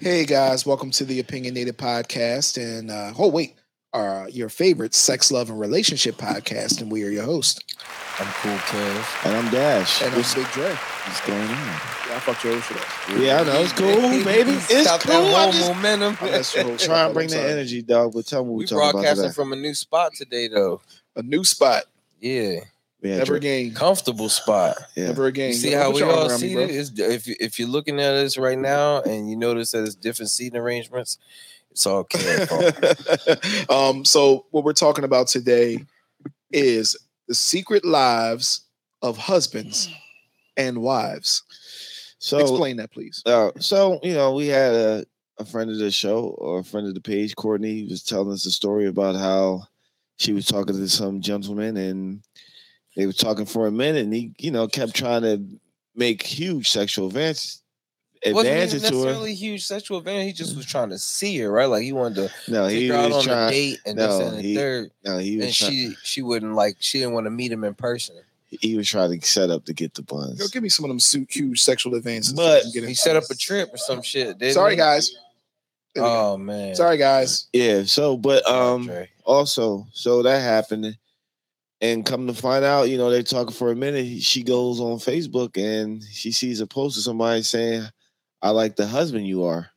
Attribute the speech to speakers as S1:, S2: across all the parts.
S1: Hey guys, welcome to the Opinionated Podcast, and uh, oh wait, uh, your favorite sex, love, and relationship podcast, and we are your host,
S2: I'm cool, cuz.
S3: And I'm Dash.
S1: and I'm
S3: What's,
S1: Big Dre.
S3: what's going on?
S1: Yeah, I fucked your host up.
S3: Yeah, I know. It's cool, baby. It's
S2: Stop
S3: cool.
S2: that
S3: I'm
S2: whole
S3: just
S2: momentum.
S1: I messed your host up.
S3: trying to bring
S1: I'm
S3: that
S1: sorry.
S3: energy, dog. But tell me what
S2: We
S3: we're talking about
S2: broadcasting
S3: today.
S2: from a new spot today, though.
S1: A new spot.
S2: Yeah,
S3: We had
S1: Never
S3: Dre-
S1: again.
S2: comfortable spot.
S3: yeah.
S1: Never again.
S2: You see
S1: Yo,
S2: how
S1: put
S2: we
S1: your arm
S2: all
S1: around me,
S2: seated?
S1: bro.
S2: It's, if if you're looking at us right now and you notice that it's different seating arrangements, it's all cared for.
S1: um, so what we're talking about today is the secret lives of husbands and wives.
S3: So,
S1: Explain that, please.
S3: uh, so you know, we had a, a friend of the show or a friend of the page, Courtney, was telling us a story about how she was talking to some gentleman and they were talking for a minute, and he, you know, kept trying to make huge sexual advances.
S2: Wasn't even
S3: Advances to her.
S2: necessarily huge sexual advantage. He just was trying to see her, right? Like he wanted to
S3: No,
S2: take
S3: he
S2: her out
S3: was
S2: on a
S3: trying.
S2: date and this
S3: no,
S2: and the
S3: he-
S2: third,
S3: No, he
S2: and
S3: was. Trying,
S2: she she wouldn't like she didn't want to meet him in person.
S3: he was trying to set up to get the buns.
S1: Yo, give me some of them su- huge sexual advances. so
S3: But-
S1: I can get
S2: He
S1: in-
S2: set up a trip or some shit. didn't
S1: Sorry,
S2: he?
S1: guys. There we go.
S2: Oh man.
S1: Sorry, guys.
S3: Yeah. So, but um,
S2: Dre.
S3: also, so that happened, and come to find out, you know, they're talking for a minute. She goes on Facebook and she sees a post of somebody saying, "I like the husband you are."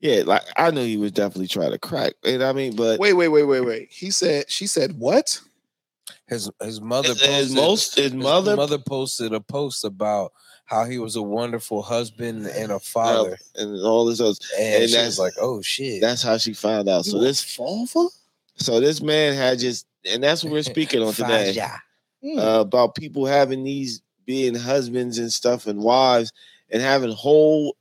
S3: Yeah, like I knew he was definitely trying to crack. You know what I mean? But
S1: Wait, wait, wait, wait, wait. He said, she said, what?
S2: his his mother
S3: his,
S2: posted,
S3: his most his
S2: his
S3: mother,
S2: posted a post about how he was a wonderful husband and a
S3: uh,
S2: father,
S3: and all this other.
S2: and, she
S3: and
S2: was
S3: that's-
S2: like, "Oh shit!"
S3: That's how she found out. So this,
S1: father?
S3: so this man had just, and that's what we're speaking on today.
S2: Faja.
S1: Hmm.
S3: uh, about people having these being husbands and stuff and wives and having whole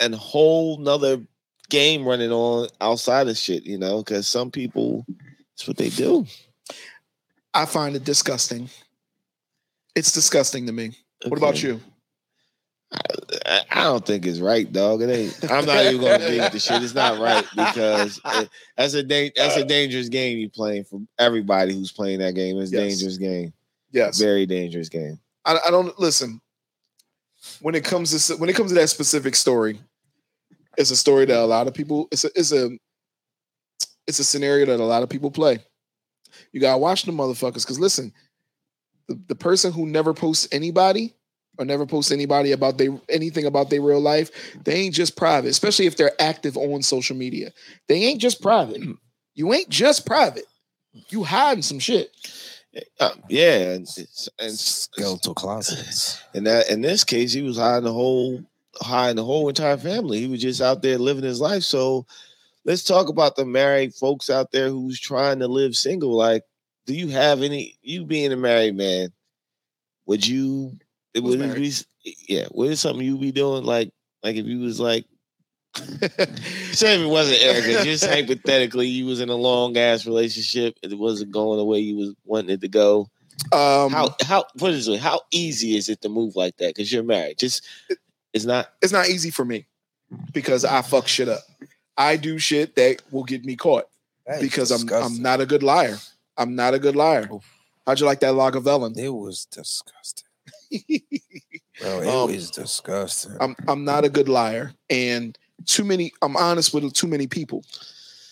S3: and whole nother game running on outside of shit, you know, because some people that's what they do.
S1: I find it disgusting. It's disgusting to me. What about
S3: Okay.
S1: you?
S3: I, I don't think it's right, dog. It ain't. I'm not even gonna dig the shit. It's not right because it- that's a da- that's a dangerous game you playing for everybody who's playing that game. It's a
S1: Yes.
S3: dangerous game,
S1: Yes.
S3: very dangerous game.
S1: I, I don't listen. When it comes to when it comes to that specific story, it's a story that a lot of people it's a it's a it's a scenario that a lot of people play. You gotta watch the motherfuckers because listen, the, the person who never posts anybody or never posts anybody about they anything about their real life, they ain't just private, especially if they're active on social media. They ain't just private. You ain't just private. You hiding some shit.
S3: Uh, yeah, and, it's- and
S2: Skeletal closets.
S3: And that in this case, he was hiding the whole hiding the whole entire family. He was just out there living his life. So let's talk about the married folks out there who's trying to live single. Like, do you have any you being a married man? Would you it
S1: was
S3: would it be yeah, what is something you be doing? Like like if you was like say if it wasn't Erica, just hypothetically you was in a long ass relationship, it wasn't going the way you was wanting it to go
S1: Um,
S3: how how what is it? How easy is it to move like that? Because you're married. Just it's not.
S1: it's not easy for me because I fuck shit up. I do shit that will get me caught
S2: That is
S1: because I'm I'm
S2: disgusting.
S1: not a good liar. I'm not a good liar.
S2: Oof.
S1: How'd you like that Lagavulin?
S2: It was disgusting, bro. It
S1: Um,
S2: was disgusting.
S1: I'm I'm not a good liar, and too many. I'm honest with too many people.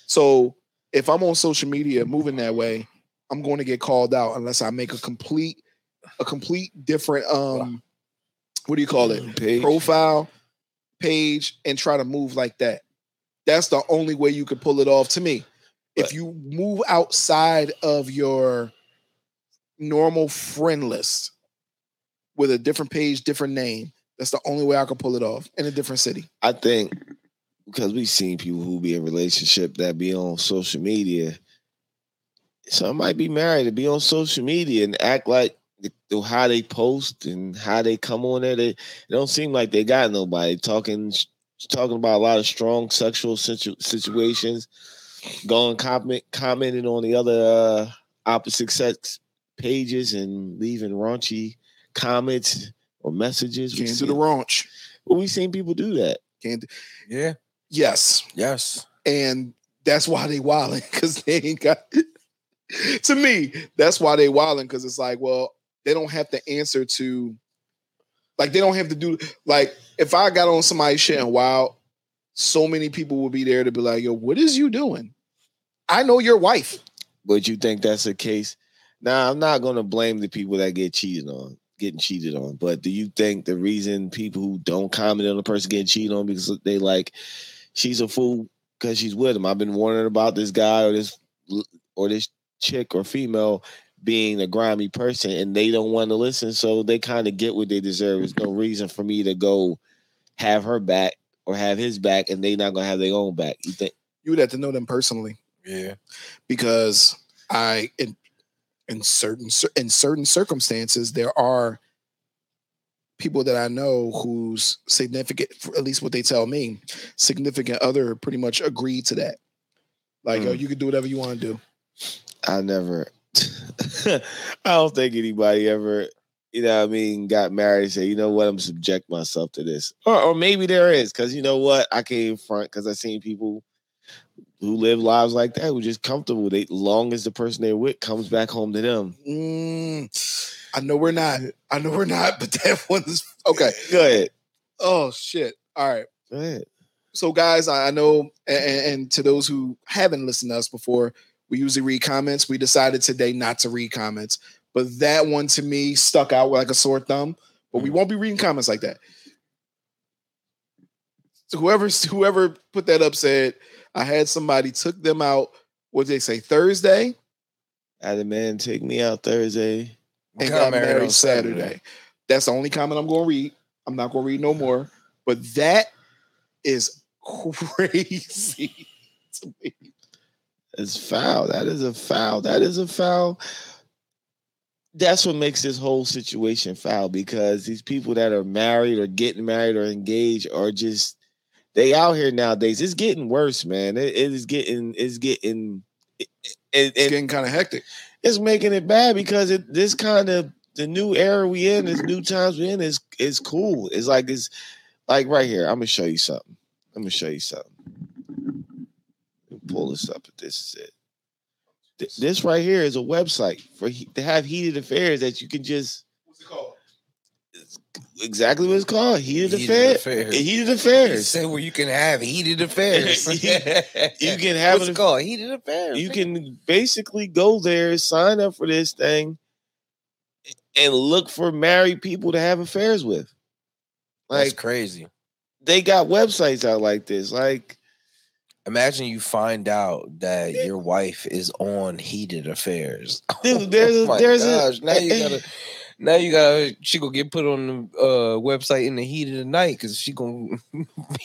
S1: So if I'm on social media moving that way, I'm going to get called out unless I make a complete a complete different um what do you call it profile page and try to move like that. That's the only way you could pull it off to me. If
S3: Right.
S1: you move outside of your normal friend list with a different page, different name, that's the only way I could pull it off in a different city.
S3: I think because we've seen people who be in relationship that be on social media. Some might be married to be on social media and act like the, the- how they post and how they come on there. They, it don't seem like they got nobody talking talking about a lot of strong sexual situ- situations, going comment commenting on the other uh, opposite sex pages and leaving raunchy comments or messages. We've
S1: Can't do the
S3: seen-
S1: raunch.
S3: well, we've seen people do that.
S1: Can't. Do,
S2: yeah.
S1: yes,
S2: Yes.
S1: and that's why they wilding because they ain't got. to me, that's why they wilding because it's like, well, they don't have to answer to, like, they don't have to do like if I got on somebody's shit and wild, so many people will be there to be like, yo, what is you doing? I know your wife.
S3: But you think that's the case? Now, I'm not gonna blame the people that get cheated on, getting cheated on. But do you think the reason people who don't comment on a person getting cheated on because they like she's a fool because she's with him? I've been warning about this guy or this or this chick or female being a grimy person, and they don't want to listen, so they kind of get what they deserve. There's no reason for me to go have her back or have his back, and they not gonna have their own back. You think?
S1: You would have to know them personally
S2: Yeah.
S1: because I in in certain cir- in certain circumstances there are people that I know whose significant for at least what they tell me significant other pretty much agreed to that. Like, yo,
S3: Mm.
S1: you can do whatever you want to do.
S3: I never. I don't think anybody ever, you know, what I mean, got married and say, you know what, I'm subject myself to this, or or maybe there is, because you know what, I can't even front because I seen people who live lives like that who just comfortable. They long as the person they're with comes back home to them.
S1: Mm, I know we're not. I know we're not, but that one is okay.
S3: Go ahead.
S1: Oh shit. All right.
S3: Go ahead.
S1: So guys, I I know and, and to those who haven't listened to us before, we usually read comments. We decided today not to read comments. But that one to me stuck out like a sore thumb. But we won't be reading comments like that. So whoever whoever put that up said, I had somebody took them out, what did they say, Thursday?
S3: I had a man take me out Thursday.
S1: and
S2: Got
S1: got, married,
S2: married
S1: on
S2: on
S1: Saturday.
S2: Saturday.
S1: That's the only comment I'm going to read. I'm not going to read no more. But that is crazy to me.
S3: It's foul. That is a foul. That is a foul. That's what makes this whole situation foul because these people that are married or getting married or engaged are just they out here nowadays. It's getting worse, man. It- it is getting it's getting it, it,
S1: It's
S3: it-
S1: getting kind of hectic.
S3: it's making it bad because it this kind of the new era we in, this new times we in is is cool. It's like it's like right here. I'm gonna show you something. I'm gonna show you something. Pull this up. If this is it. Th- This right here is a website for he- to have heated affairs that you can just
S1: What's it called?
S3: exactly what it's called heated,
S2: Heated
S3: affairs.
S2: affairs.
S3: Heated
S2: He
S3: affairs.
S2: said where you can have heated affairs.
S3: You
S2: you
S3: can have
S2: What's
S3: an
S2: it called? Heated affairs.
S3: you can basically go there, sign up for this thing, and look for married people to have affairs with.
S2: That's
S3: Like
S2: crazy.
S3: they got websites out like this. Like
S2: Imagine you find out that your wife is on heated affairs.
S3: Dude, there's a-
S2: Oh my
S3: there's a-
S2: gosh. now you gotta now you gotta she gonna get put on the uh, website in the heat of the night because she gonna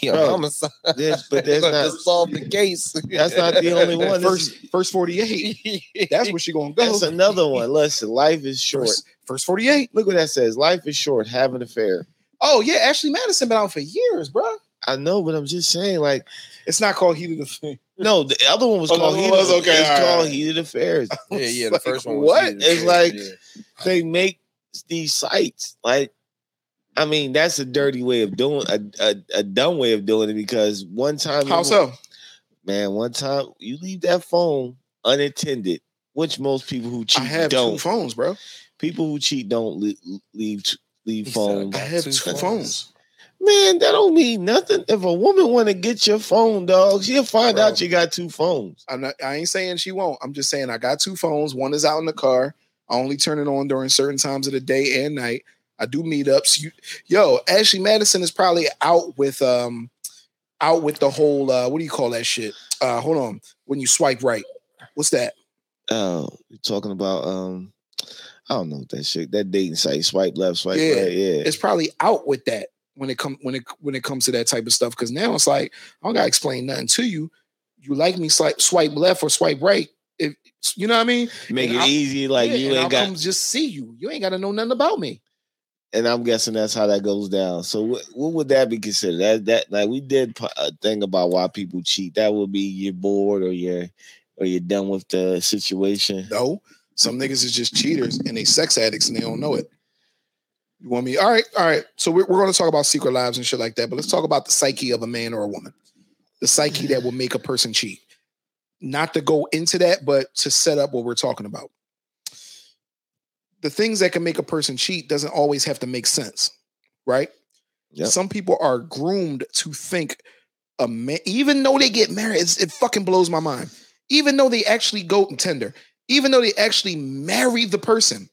S2: be a
S3: Bro,
S2: homicide.
S3: this, but
S2: They're
S3: that's
S2: gonna
S3: not
S2: just solve the case.
S3: that's not the only one. This is-
S1: First, first 48. That's where she going to go.
S3: that's another one. Listen, life is short.
S1: first, first 48.
S3: Look what that says. Life is short. Have an affair.
S1: Oh, yeah. Ashley Madison been out for years, bro.
S3: I know, but I'm just saying. Like
S1: It's not called Heated Affair.
S3: no, the other one was
S1: Oh, the
S3: called
S1: other
S3: heated.
S1: one was- okay,
S3: it's
S1: all right.
S3: called heated affairs.
S2: yeah, yeah. The
S1: Like,
S2: first one.
S1: what?
S2: Was heated
S3: It's
S2: affairs,
S3: like-
S2: yeah.
S3: they make these sites like i mean that's a dirty way of doing a, a, a dumb way of doing it because one time
S1: How so?
S3: man one time you leave that phone unattended which most people who
S1: I
S3: cheat
S1: have two
S3: don't
S1: phones, bro.
S3: people who cheat don't leave leave, leave
S2: He said,
S3: phones
S1: I
S2: got
S1: have two,
S2: two
S1: phones.
S2: phones.
S3: man that don't mean nothing if a woman want to get your phone dog she'll find
S1: Bro.
S3: out you got two phones
S1: I'm not, I ain't saying she won't. I'm just saying I got two phones. One is out in the car. I only turn it on during certain times of the day and night. I do meetups. You, yo, Ashley Madison is probably out with um, out with the whole uh, what do you call that shit? Uh, hold on, when you swipe right, what's that?
S3: oh you're talking about um i don't know what that shit that dating site swipe left swipe
S1: Yeah.
S3: right yeah
S1: It's probably out with that when it come when it when it comes to that type of stuff. Because now it's like I don't gotta explain nothing to you. You like me, swipe swipe left or swipe right. If you know what I mean,
S3: make
S1: and
S3: it
S1: I'll-
S3: easy like
S1: Yeah,
S3: you
S1: and
S3: ain't
S1: I'll
S3: got
S1: come just see you. You ain't gotta know nothing about me.
S3: and I'm guessing that's how that goes down. So what, what would that be considered? That that like we did po- a thing about why people cheat. That would be you're bored or you're or you're done with the situation.
S1: No, some niggas is just cheaters and they sex addicts and they don't know it. You want me? All right, all right. So we're, we're going to talk about secret lives and shit like that, but let's talk about the psyche of a man or a woman, the psyche that will make a person cheat. Not to go into that, but to set up what we're talking about. The things that can make a person cheat doesn't always have to make sense, right?
S3: Yep.
S1: Some people are groomed to think a man, even though they get married, it's, it fucking blows my mind. Even though they actually go and tender, even though they actually marry the person,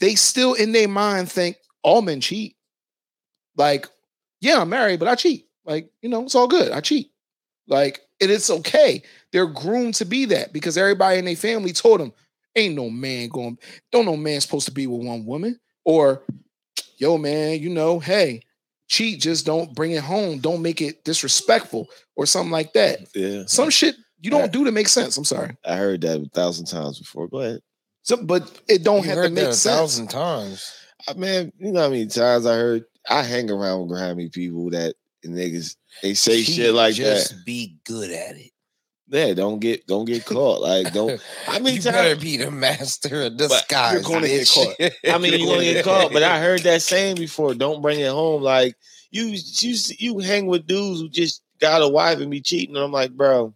S1: they still in their mind think all men cheat. Like, yeah, I'm married, but I cheat. Like, you know, it's all good. I cheat. Like, and it's okay. They're groomed to be that because everybody in their family told them, ain't no man going, don't no man supposed to be with one woman. Or, yo, man, you know, hey, cheat, just don't bring it home. Don't make it disrespectful or something like that.
S3: Yeah.
S1: Some shit you don't
S3: Right.
S1: do to make sense. I'm sorry.
S3: I heard that a thousand times before. Go ahead.
S1: So, but it don't
S2: You
S1: have to
S2: heard that
S1: make
S2: a
S1: sense.
S2: thousand times.
S3: I man, you know how many times I heard I hang around with grimy people that and niggas they say shit
S2: Cheat,
S3: like
S2: just
S3: that.
S2: be good at it.
S3: Yeah, don't get don't get caught. Like don't I mean
S2: You better be the master of disguise.
S1: you're gonna get
S2: bitch.
S3: I mean, you're gonna get caught. But I heard that saying before. Don't bring it home. Like you, you, you hang with dudes who just got a wife and be cheating. And I'm like, bro.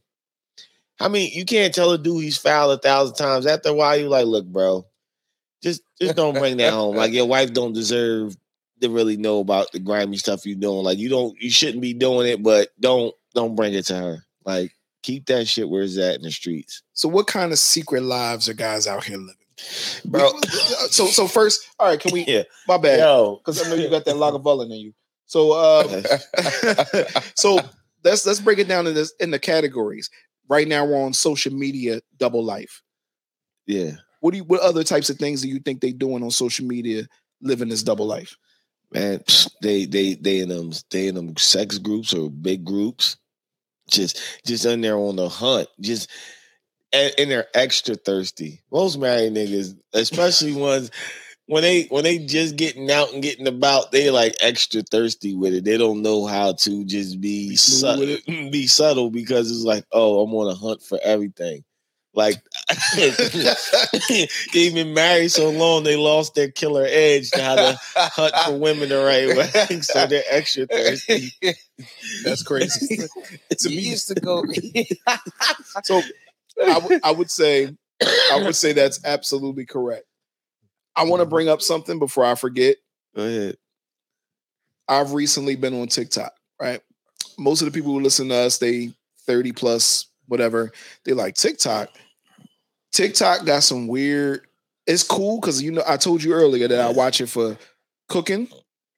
S3: I mean, you can't tell a dude he's foul a thousand times. After a while, you like, look, bro, just just don't bring that home. Like your wife don't deserve to really know about the grimy stuff you doing. Like you don't, you shouldn't be doing it. But don't don't bring it to her. Like keep that shit where it's at in the streets,
S1: So, what kind of secret lives are guys out here living?
S3: bro.
S1: so, so first, all right, can we?
S3: Yeah.
S1: My bad,
S3: Yo,
S1: because I know you got that Lagavulin in you. So, uh, so let's let's break it down in this in the categories. Right now, we're on social media double life.
S3: yeah.
S1: What do you? What other types of things do you think they doing on social media living this double life?
S3: man, psh, they they they in them they in them sex groups or big groups, just just in there on the hunt, just and, and they're extra thirsty. Most married niggas, especially ones when they when they just getting out and getting about, they like extra thirsty with it. They don't know how to just be
S1: Be smooth
S3: subtle,
S1: with
S3: be subtle because it's like, oh, I'm on a hunt for everything. Like they've been married so long, they lost their killer edge to how to hunt for women the right way, so they're extra thirsty.
S1: That's crazy. to
S2: you
S1: me,
S2: used to go.
S1: So I would- I would say I would say that's absolutely correct. I want to
S2: Mm-hmm.
S1: bring up something before I forget.
S3: Go ahead.
S1: I've recently been on TikTok, right? Most of the people who listen to us, they 30 plus, whatever, they like TikTok. TikTok got some weird, it's cool because you know, I told you earlier that I watch it for cooking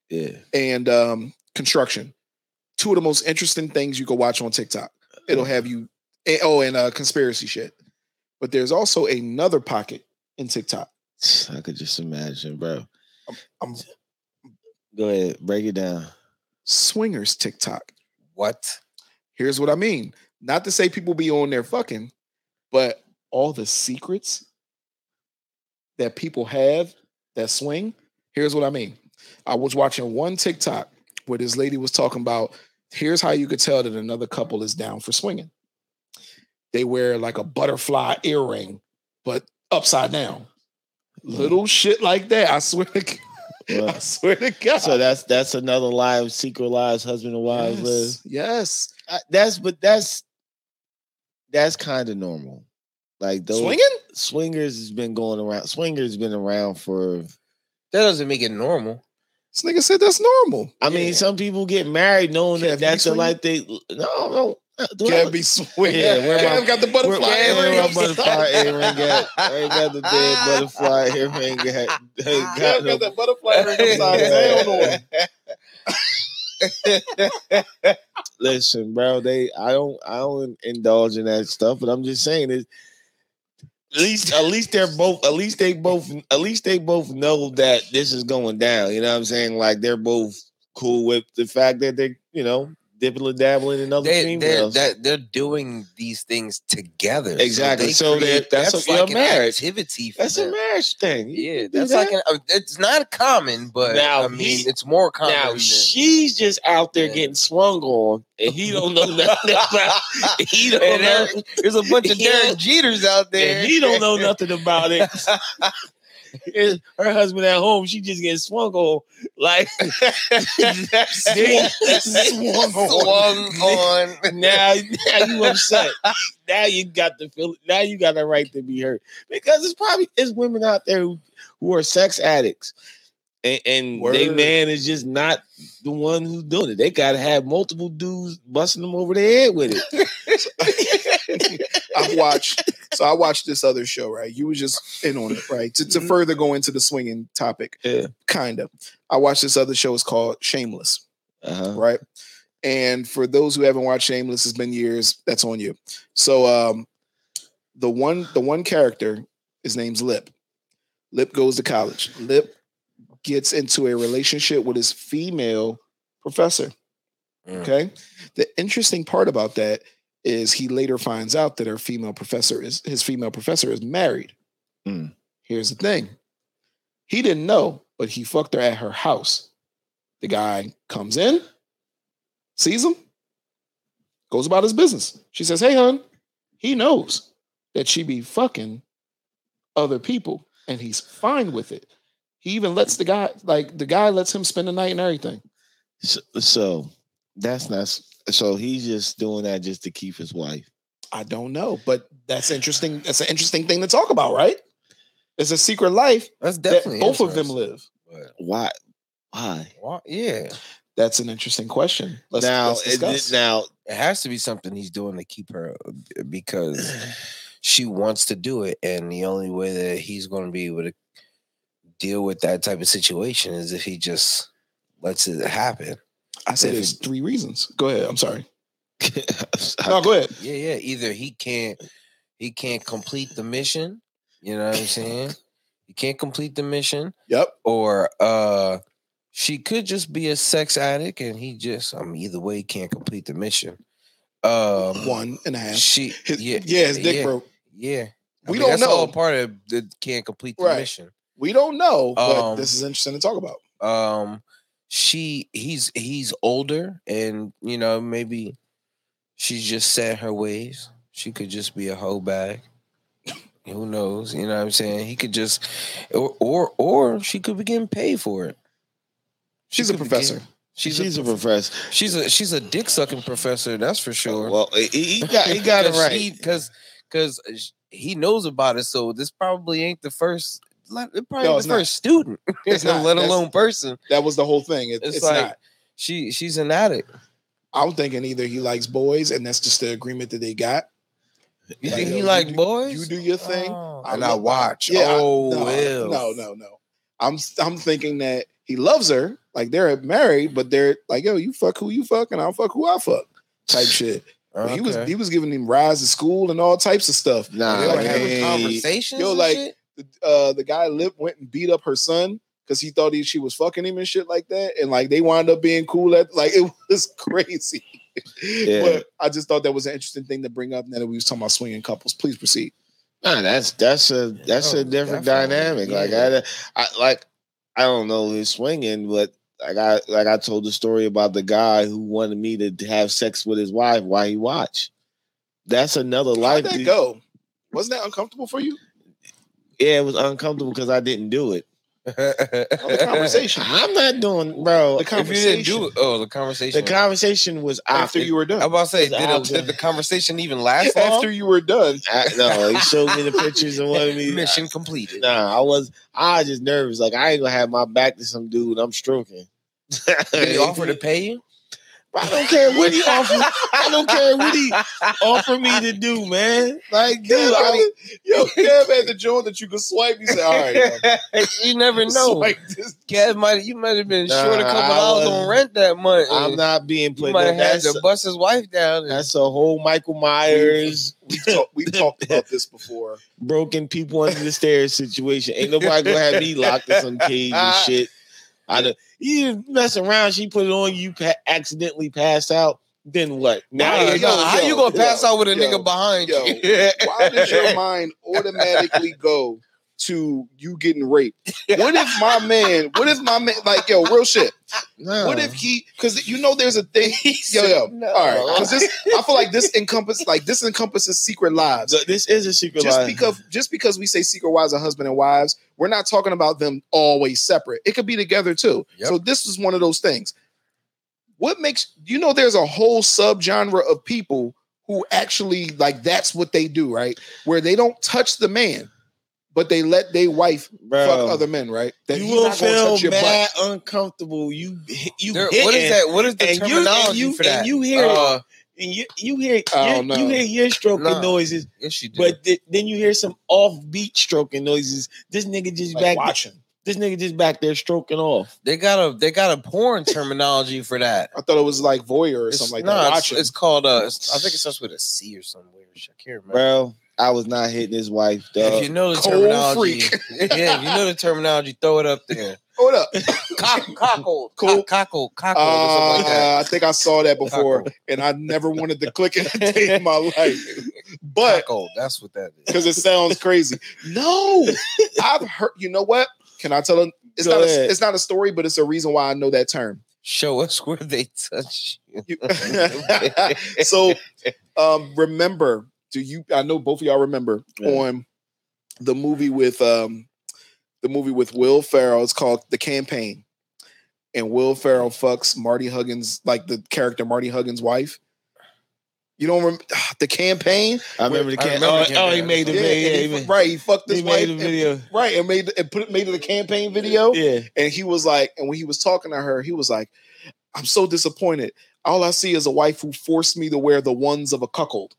S3: Yeah,
S1: and um, construction. Two of the most interesting things you can watch on TikTok. It'll have you, and, oh, and uh, conspiracy shit. But there's also another pocket in TikTok.
S3: I could just imagine, bro.
S1: I'm-
S3: Go ahead, break it down.
S1: Swingers TikTok.
S2: what?
S1: Here's what I mean. Not to say people be on there fucking, but all the secrets that people have that swing. Here's what I mean. I was watching one TikTok where this lady was talking about here's how you could tell that another couple is down for swinging. They wear like a butterfly earring, but upside down.
S3: Mm.
S1: Little shit like that. I swear to God. I
S3: Well,
S1: swear to God.
S3: so that's that's another live secret lives, husband and wives live.
S1: yes. yes.
S3: I- That's but that's that's kind of normal. Like those
S1: Swinging?
S3: swingers has been going around. Swingers been around for.
S2: That doesn't make it normal.
S1: This nigga said that's normal.
S3: I mean,
S2: Yeah.
S3: some people get married knowing
S1: Can't
S3: that
S1: be
S3: that's the
S1: swinging?
S3: life they. No, no. do I-
S1: Can't be swinging.
S3: Yeah, where my-
S1: I've got the
S3: Where
S1: butterfly.
S3: my
S1: earring.
S3: air- my butterfly earring at? I ain't got the dead butterfly earring at. Ain't
S1: Yeah,
S3: got
S1: I've got
S3: no-
S1: that butterfly earring upside
S3: Yeah.
S1: down on.
S3: Listen, bro, they I don't I don't indulge in that stuff, but I'm just saying it. At least, at least they're both. At least they both. At least they both know that this is going down. You know what I'm saying? Like they're both cool with the fact that they, you know, dipping and dabbling in other
S2: They, they're,
S3: females.
S2: that, they're doing these things together.
S3: Exactly. So that-
S2: create-
S3: that's what- you're
S2: like an
S3: married.
S2: activity. For
S3: That's a
S2: them.
S3: marriage thing. You
S2: Yeah,
S3: can do
S2: that's
S3: that.
S2: like an, uh, it's not common, but
S3: Now
S2: I mean
S3: he-
S2: it's more common.
S3: Now
S2: than-
S3: she's just out there
S2: Yeah.
S3: getting swung on, and he don't know nothing about. He don't
S2: And
S3: know.
S2: Eric- there's a bunch of
S3: Yeah.
S2: Derek Jeters out there.
S3: And he don't know nothing about it. His- Her husband at home, she just getting swung on. Like
S2: Swung on.
S3: now, now you upset. Now you got the feel. Now you got the right to be hurt because it's probably it's women out there who, who are sex addicts and, and they
S1: Word.
S3: man is just not the one who's doing it. They gotta have multiple dudes busting them over the head with it.
S1: I've watched. So I watched this other show, right? You was just in on it, right? To, to further go into the swinging topic,
S3: Mm-hmm. Yeah.
S1: kind of. I watched this other show. It's called Shameless,
S3: uh-huh.
S1: right? And for those who haven't watched Shameless, it's been years. That's on you. So um, the one the one character, his name's Lip. Lip goes to college. Lip gets into a relationship with his female professor.
S2: Mm.
S1: Okay. The interesting part about that is he later finds out that her female professor is his female professor is married.
S3: Mm.
S1: Here's the thing. He didn't know, but he fucked her at her house. The guy comes in, sees him, goes about his business. She says, Hey, hon, he knows that she be fucking other people and he's fine with it. He even lets the guy, like, the guy lets him spend the night and everything.
S3: so, so that's not s- so he's just doing that just to keep his wife.
S1: I don't know, but that's interesting. That's an interesting thing to talk about, right? It's a secret life
S2: That's definitely
S1: that both of them
S2: interesting,
S1: live.
S2: but
S3: Why why?
S2: why- yeah,
S1: That's an interesting question. Let's,
S3: now
S1: let's
S3: it-
S1: discuss.
S3: now
S2: it has to be something he's doing to keep her uh, because she wants to do it, and the only way that he's going to be able to deal with that type of situation is if he just lets it happen.
S1: I said
S2: if
S1: there's three reasons. Go ahead. I'm sorry. No,
S3: I-
S1: go ahead.
S2: Yeah, yeah. Either he can't he can't complete the mission. You know what I'm saying? He can't complete the mission,
S1: Yep.
S2: or uh she could just be a sex addict, and he just I mean either way he can't complete the mission. Um,
S1: One and a half.
S2: She
S1: His-
S2: yeah
S1: yeah, his dick
S2: yeah,
S1: broke.
S2: Yeah, I
S1: We
S2: mean,
S1: don't
S2: that's All
S1: know.
S2: part of the can't complete the
S1: Right.
S2: mission.
S1: We don't know, but
S2: Um,
S1: this is interesting to talk about.
S2: um she he's he's older and you know maybe she's just set in her ways she could just be a hoe bag who knows you know what i'm saying he could just or or, or she could be getting paid for it She
S1: She's a
S2: could be
S1: professor.
S2: getting- she's,
S3: she's
S2: a,
S3: a professor.
S2: she's a she's a dick sucking professor that's for sure
S3: Well, he, he got he got it right.
S2: because because he knows about it so this probably ain't the first like, it probably
S1: No,
S2: ain't
S1: it's
S2: the
S1: not.
S2: first student
S1: It's not.
S2: let
S1: That's-
S2: alone person
S1: That was the whole thing. It-
S2: it's,
S1: it's
S2: like
S1: not.
S2: she she's an addict.
S1: I'm thinking either he likes boys, and that's just the agreement that they got.
S2: You
S1: Like,
S2: think
S1: yo,
S2: he
S1: you
S2: like
S1: do-
S2: boys?
S1: You do your thing.
S2: Oh.
S1: I
S2: and I
S1: love-
S2: watch.
S1: Yeah, I-
S2: oh
S1: no,
S2: well.
S1: no, no, no. I'm I'm thinking that he loves her, like they're married, but they're like, yo, you fuck who you fuck, and I'll fuck who I fuck, type shit. But He was
S2: Okay.
S1: he was giving him rides to school and all types of stuff.
S3: Nah,
S2: They were
S1: like,
S2: having
S1: hey,
S2: conversations.
S1: yo,
S2: and
S1: like-
S2: shit?
S1: The, uh, the guy Lip went and beat up her son because he thought he, she was fucking him and shit like that, and like they wound up being cool at like it was crazy.
S3: Yeah.
S1: But I just thought that was an interesting thing to bring up. Now that we was talking about swinging couples, please proceed.
S3: Nah, that's that's a that's
S2: Oh,
S3: a different
S2: definitely.
S3: dynamic. Like
S2: Yeah.
S3: I, I like I don't know his swinging, but like I like I told the story about the guy who wanted me to have sex with his wife while he watched. That's another
S1: How'd
S3: life.
S1: that
S3: dude.
S1: go? Wasn't that uncomfortable for you?
S3: Yeah, it was uncomfortable because I didn't do it.
S1: On the conversation
S3: I'm not doing, bro.
S1: The
S3: The,
S1: con-
S2: if you didn't do it, oh, the conversation.
S3: conversation was
S1: after
S3: after
S1: you were
S2: I
S1: done.
S2: was about to say,
S3: It's
S2: did,
S3: out
S2: it,
S3: there.
S2: did the conversation even last
S1: After
S2: long?
S1: you were done,
S3: I, no, he showed me the pictures and wanted me.
S2: Mission completed.
S3: Nah, I was I was just nervous. Like I ain't gonna have my back to some dude. I'm stroking.
S2: Did he offer to pay you?
S3: I don't care what he offered. I don't care what he offered me to do, man. Like, dude,
S1: Cam had
S3: I,
S1: the- yo, Cam had the joint that you could swipe. He said, "All right, yo,
S2: you never know.
S1: swipe this."
S2: Kev might you might have been
S3: Nah,
S2: short a couple
S3: I
S2: dollars on
S3: wasn't.
S2: rent that month.
S3: I'm
S2: and
S3: not being
S2: you
S3: put.
S2: might
S3: That,
S2: have had
S3: that's,
S2: to bust his wife down. and-
S3: that's a whole Michael Myers
S1: We've, talk, we've talked about this before.
S3: broken people under the stairs situation. Ain't nobody gonna have me locked in some cage and shit. I don't. You didn't mess around. She put it on you. Pa- accidentally passed out. Then what? Now
S2: Nah,
S1: yeah,
S3: you
S2: yo,
S1: yo,
S2: how
S1: yo,
S2: you gonna pass
S1: yo,
S2: out with a
S1: yo,
S2: nigga behind
S1: yo.
S2: you?
S1: Why does your mind automatically go to you getting raped? What if my man? What if my man? Like, yo, real shit.
S3: Nah.
S1: What if he? Because you know, there's a thing. Yo, yo.
S2: No.
S1: All right, because this, I feel like this encompasses, like this encompasses secret lives.
S3: So this is a secret
S1: just
S3: lie.
S1: because just because we say secret wives are husband and wives, we're not talking about them always separate. It could be together too.
S2: Yep.
S1: So this is one of those things. What makes you know there's a whole subgenre of people who actually like that's what they do, right? Where they don't touch the man, but they let they wife
S3: Bro.
S1: fuck other men, right? That
S3: you
S1: he's
S3: will
S1: not gonna touch
S3: feel
S1: your
S3: mad uncomfortable. You you
S2: There-
S3: hitting,
S2: what is that? What is the
S3: and you- and
S2: terminology
S3: you-
S2: for that?
S3: and you hear it.
S2: Uh,
S3: and you you hear
S1: I
S3: your,
S1: don't
S3: you
S1: know.
S3: hear your stroking
S2: Nah.
S3: noises,
S2: yes, you do.
S3: but th- then you hear some offbeat stroking noises. This nigga just
S1: Like,
S3: back
S1: watching.
S3: this nigga just back there stroking off.
S2: they got a they got a porn terminology for that.
S1: I thought it was like voyeur or
S2: It's-
S1: something like
S2: nah,
S1: that.
S2: it's-
S1: Watching.
S2: It's, called uh, it's- I think it starts with a C or something weird. shit. I can't remember.
S3: Bro, I was not hitting his wife,
S2: If
S3: dog.
S2: you know the
S1: Cold
S2: terminology,
S1: freak.
S2: yeah, if you know the terminology, throw it up there.
S1: Hold up.
S2: Cock, cockle,
S1: Cool.
S2: cool. cockle, cockle, or something like that.
S1: Uh, I think I saw that before,
S2: Cockle.
S1: and I never wanted to click it a day in my life. But
S2: Cockle, that's what that is.
S1: because it sounds crazy. No, I've heard. You know what? Can I tell? A, it's
S3: Go
S1: not.
S3: ahead.
S1: A, it's not a story, but it's a reason why I know that term.
S2: Show us where they touch you.
S1: You- so, um, remember? Do you? I know both of y'all remember
S3: Yeah.
S1: on the movie with um the movie with Will Ferrell. It's called The Campaign, and Will Ferrell fucks Marty Huggins, like the character Marty Huggins' wife. You don't remember the campaign?
S3: I remember the
S2: I
S3: cat.
S2: remember
S3: oh,
S2: the
S3: oh, he
S2: campaign.
S3: made the
S1: yeah,
S3: video.
S1: and
S3: Yeah,
S1: he
S3: he,
S1: fu- right. He fucked
S3: ma-
S1: his
S3: he
S1: wife.
S3: made the
S1: and-
S3: video.
S1: right, and made and put made it a campaign video.
S3: Yeah.
S1: And he was like, and when he was talking to her, he was like, I'm so disappointed. All I see is a wife who forced me to wear the ones of a cuckold.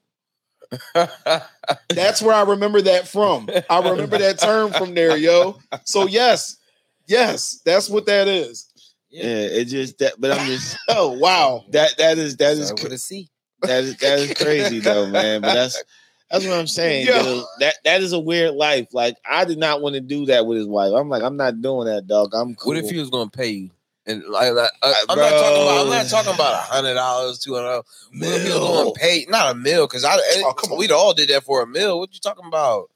S1: That's where I remember that from. I remember that term from there, yo. So yes, yes, that's what that is.
S3: Yeah, it just that but I'm just
S1: Oh wow.
S3: that that is that is
S2: Start with a C.
S3: That is that is crazy though, man. But that's that's what I'm saying.
S1: Yo.
S3: dude. That that is a weird life. Like I did not want to do that with his wife. I'm like, I'm not doing that, dog. I'm cool.
S2: What if he was gonna pay you? And like, like, uh, I'm not talking about. I'm not talking about a hundred dollars, two hundred. What if he was gonna pay? Not a meal, because I. eh,
S1: Oh, come on.
S2: We'd all did that for a meal. What you talking about?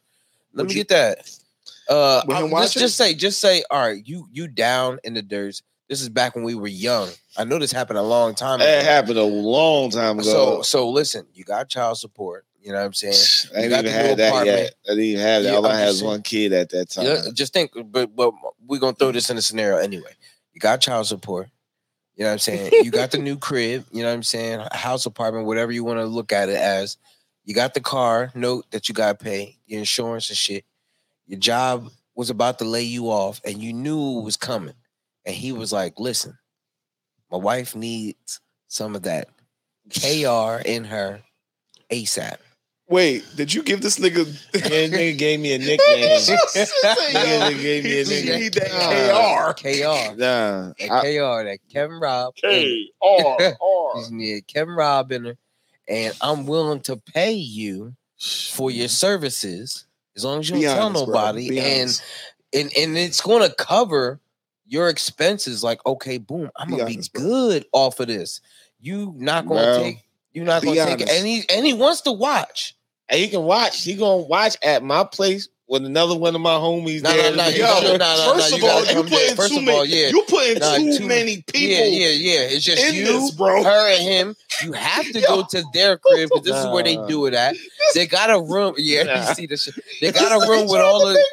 S2: Let
S1: Would
S2: me
S1: you-
S2: get that. Uh,
S1: With him
S2: I'm- let's
S1: watching?
S2: just say, just say, all right, you you down in the dirt. This is back when we were young. I know this happened a long time ago.
S3: That happened a long time
S2: So
S3: ago.
S2: so listen, you got child support. You know what I'm saying?
S3: I
S2: you
S3: didn't
S2: got
S3: even
S2: the little
S3: have that
S2: apartment.
S3: yet. I didn't even have that.
S2: Yeah,
S3: All I
S2: I'm
S3: had
S2: just
S3: was
S2: saying.
S3: one kid at that time.
S2: Yeah, just think, but but we're gonna throw this in a scenario anyway. You got child support. You know what I'm saying? you got the new crib. You know what I'm saying? A House, apartment, whatever you want to look at it as. You got the car note that you got to pay, your insurance and shit. Your job was about to lay you off, and you knew it was coming. And he was like, "Listen, my wife needs some of that KR in her ASAP."
S1: Wait, did you give this nigga
S3: Yeah, nigga gave me a nickname.
S1: She said,
S3: Nigga
S1: yo,
S3: gave me
S1: he-
S3: a nigga.
S1: he need that KR.
S2: Nah. KR,
S3: nah,
S2: that
S3: I,
S2: KR, that Kevin Rob.
S1: KR.
S2: He's near Kevin Robin, and I'm willing to pay you for your services as long as you
S1: Be
S2: don't
S1: honest,
S2: tell
S1: bro.
S2: nobody.
S1: Be
S2: And,
S1: honest.
S2: and and it's going to cover your expenses. Like, okay, boom, I'm
S1: Be
S2: gonna be
S1: honest, bro.
S2: good off of this. You not going to
S3: Well,
S2: take. You're not
S1: be
S2: going to take
S1: honest.
S2: any. And he wants to watch.
S3: and he can watch. He gonna watch at my place with another one of my homies.
S2: No,
S3: there.
S2: no, no, you
S1: Yo,
S2: should- nah, nah,
S1: first
S2: nah,
S1: of
S2: you
S1: all,
S2: gotta
S1: you
S2: come there.
S1: putting
S2: First
S1: too
S2: of all,
S1: many.
S2: yeah.
S1: You putting
S2: Nah,
S1: too,
S2: too-
S1: many
S2: yeah,
S1: people
S2: yeah, yeah. It's just
S1: in
S2: you.
S1: this, bro.
S2: her and him. You have to go to their crib because this is where they do it at. They got a room. Yeah,
S3: Nah.
S2: you see this. shit. They got a room with all the.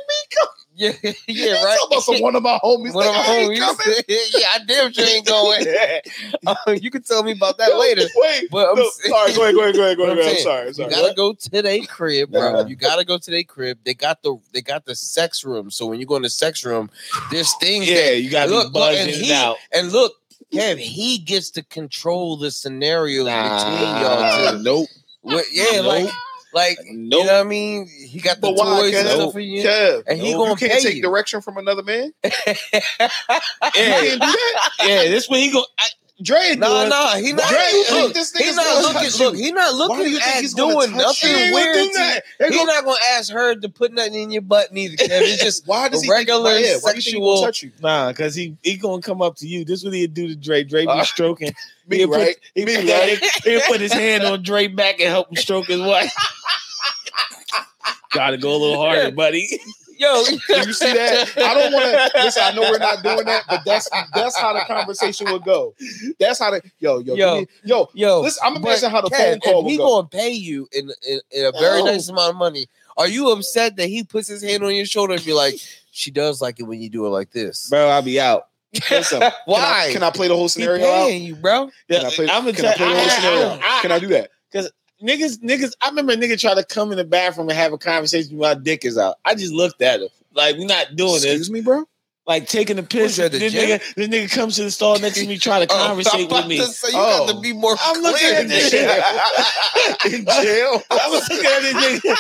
S2: Yeah, yeah,
S1: He
S2: right.
S1: talking about some one of my homies.
S2: One of my
S1: that ain't coming.
S2: homies. yeah, I damn sure ain't going. Oh, you can tell me about that
S1: Yo,
S2: later.
S1: Wait,
S2: But I'm
S1: no,
S2: saying-
S1: sorry. Go ahead. Go ahead. Go ahead. Go
S2: But I'm
S1: ahead. I'm
S2: saying,
S1: sorry.
S2: You
S1: Sorry.
S2: gotta go to their crib, bro.
S3: Nah.
S2: You gotta go to their crib. They got the they got the sex room. So when you go in the sex room, there's things that
S3: yeah, you gotta
S2: Look,
S3: be
S2: look, and
S3: buzzing it
S2: he-
S3: out.
S2: And look, Kev, he gets to control the scenario between y'all
S3: Nah,
S2: two.
S3: nope,
S2: What, yeah, like,
S3: Nope.
S2: like
S3: nope.
S2: you know what I mean? He got the
S1: But why,
S2: toys and
S1: Kev?
S2: stuff for you.
S1: Kev,
S2: And he
S3: No,
S2: gonna
S1: you
S2: pay
S1: can't take
S2: you.
S1: direction from another man.
S3: Yeah.
S1: You can't do that.
S3: yeah, this what he go. I, Dre
S2: No,
S3: doing.
S2: no, he not.
S1: Dre, you
S2: look,
S1: think this
S2: he
S1: nigga's
S2: not
S1: gonna
S2: looking.
S1: touch
S2: Look,
S1: you?
S2: he not
S1: Why do
S2: looking
S1: you think
S2: at
S1: he's gonna
S2: doing
S1: touch
S2: nothing
S1: you? He ain't
S2: weird.
S1: gonna do
S2: to-
S1: that. They
S2: He
S1: gonna-
S2: not gonna ask her to put nothing in your butt neither, Kev. It's just
S1: why does he think-
S2: regular
S1: why- yeah, why do you think he gonna
S2: sexual-
S1: touch you?
S3: Nah, cause he he gonna come up to you. This what he'd do to Dre. Dre be
S2: Uh,
S3: stroking.
S1: Me,
S3: He'll put-
S1: right?
S3: He
S1: Me,
S3: put,
S1: right?
S3: he'll put his hand on Dre back and help him stroke his wife. Gotta go a little harder, buddy.
S2: yo.
S1: Do you see that? I don't want to listen. I know we're not doing that, but that's that's how the conversation will go. That's how the yo yo
S2: Yo.
S1: yo. yo
S2: Yo,
S1: listen, I'm
S2: but
S1: imagine how the
S2: Kev,
S1: phone call
S2: if
S1: will
S2: he
S1: go. Oh.
S2: gonna pay you in, in, in a very
S1: No.
S2: nice amount of money. Are you upset that he puts his hand on your shoulder and be like, "She does like it when you do it like this"?
S3: Bro, I'll be out.
S1: Listen, can I-
S2: Why?
S1: Can I, play the whole
S2: He
S1: scenario out?
S2: paying you, bro.
S1: Can I play,
S3: I'm gonna
S1: can I play the whole scenario? Can I do that?
S3: Cause niggas, niggas. I remember a nigga try to come in the bathroom and have a conversation while dick is out. I just looked at him like we're not doing this.
S1: Excuse me, bro.
S3: Like taking a
S2: Was
S3: piss.
S2: that
S3: This
S2: the gym?
S3: nigga, this nigga comes to the stall next to me trying
S1: Oh,
S3: to conversate with me.
S2: say,
S3: you got to Oh.
S2: be more
S3: I'm looking at this shit.
S1: In jail.
S3: I was looking at this nigga.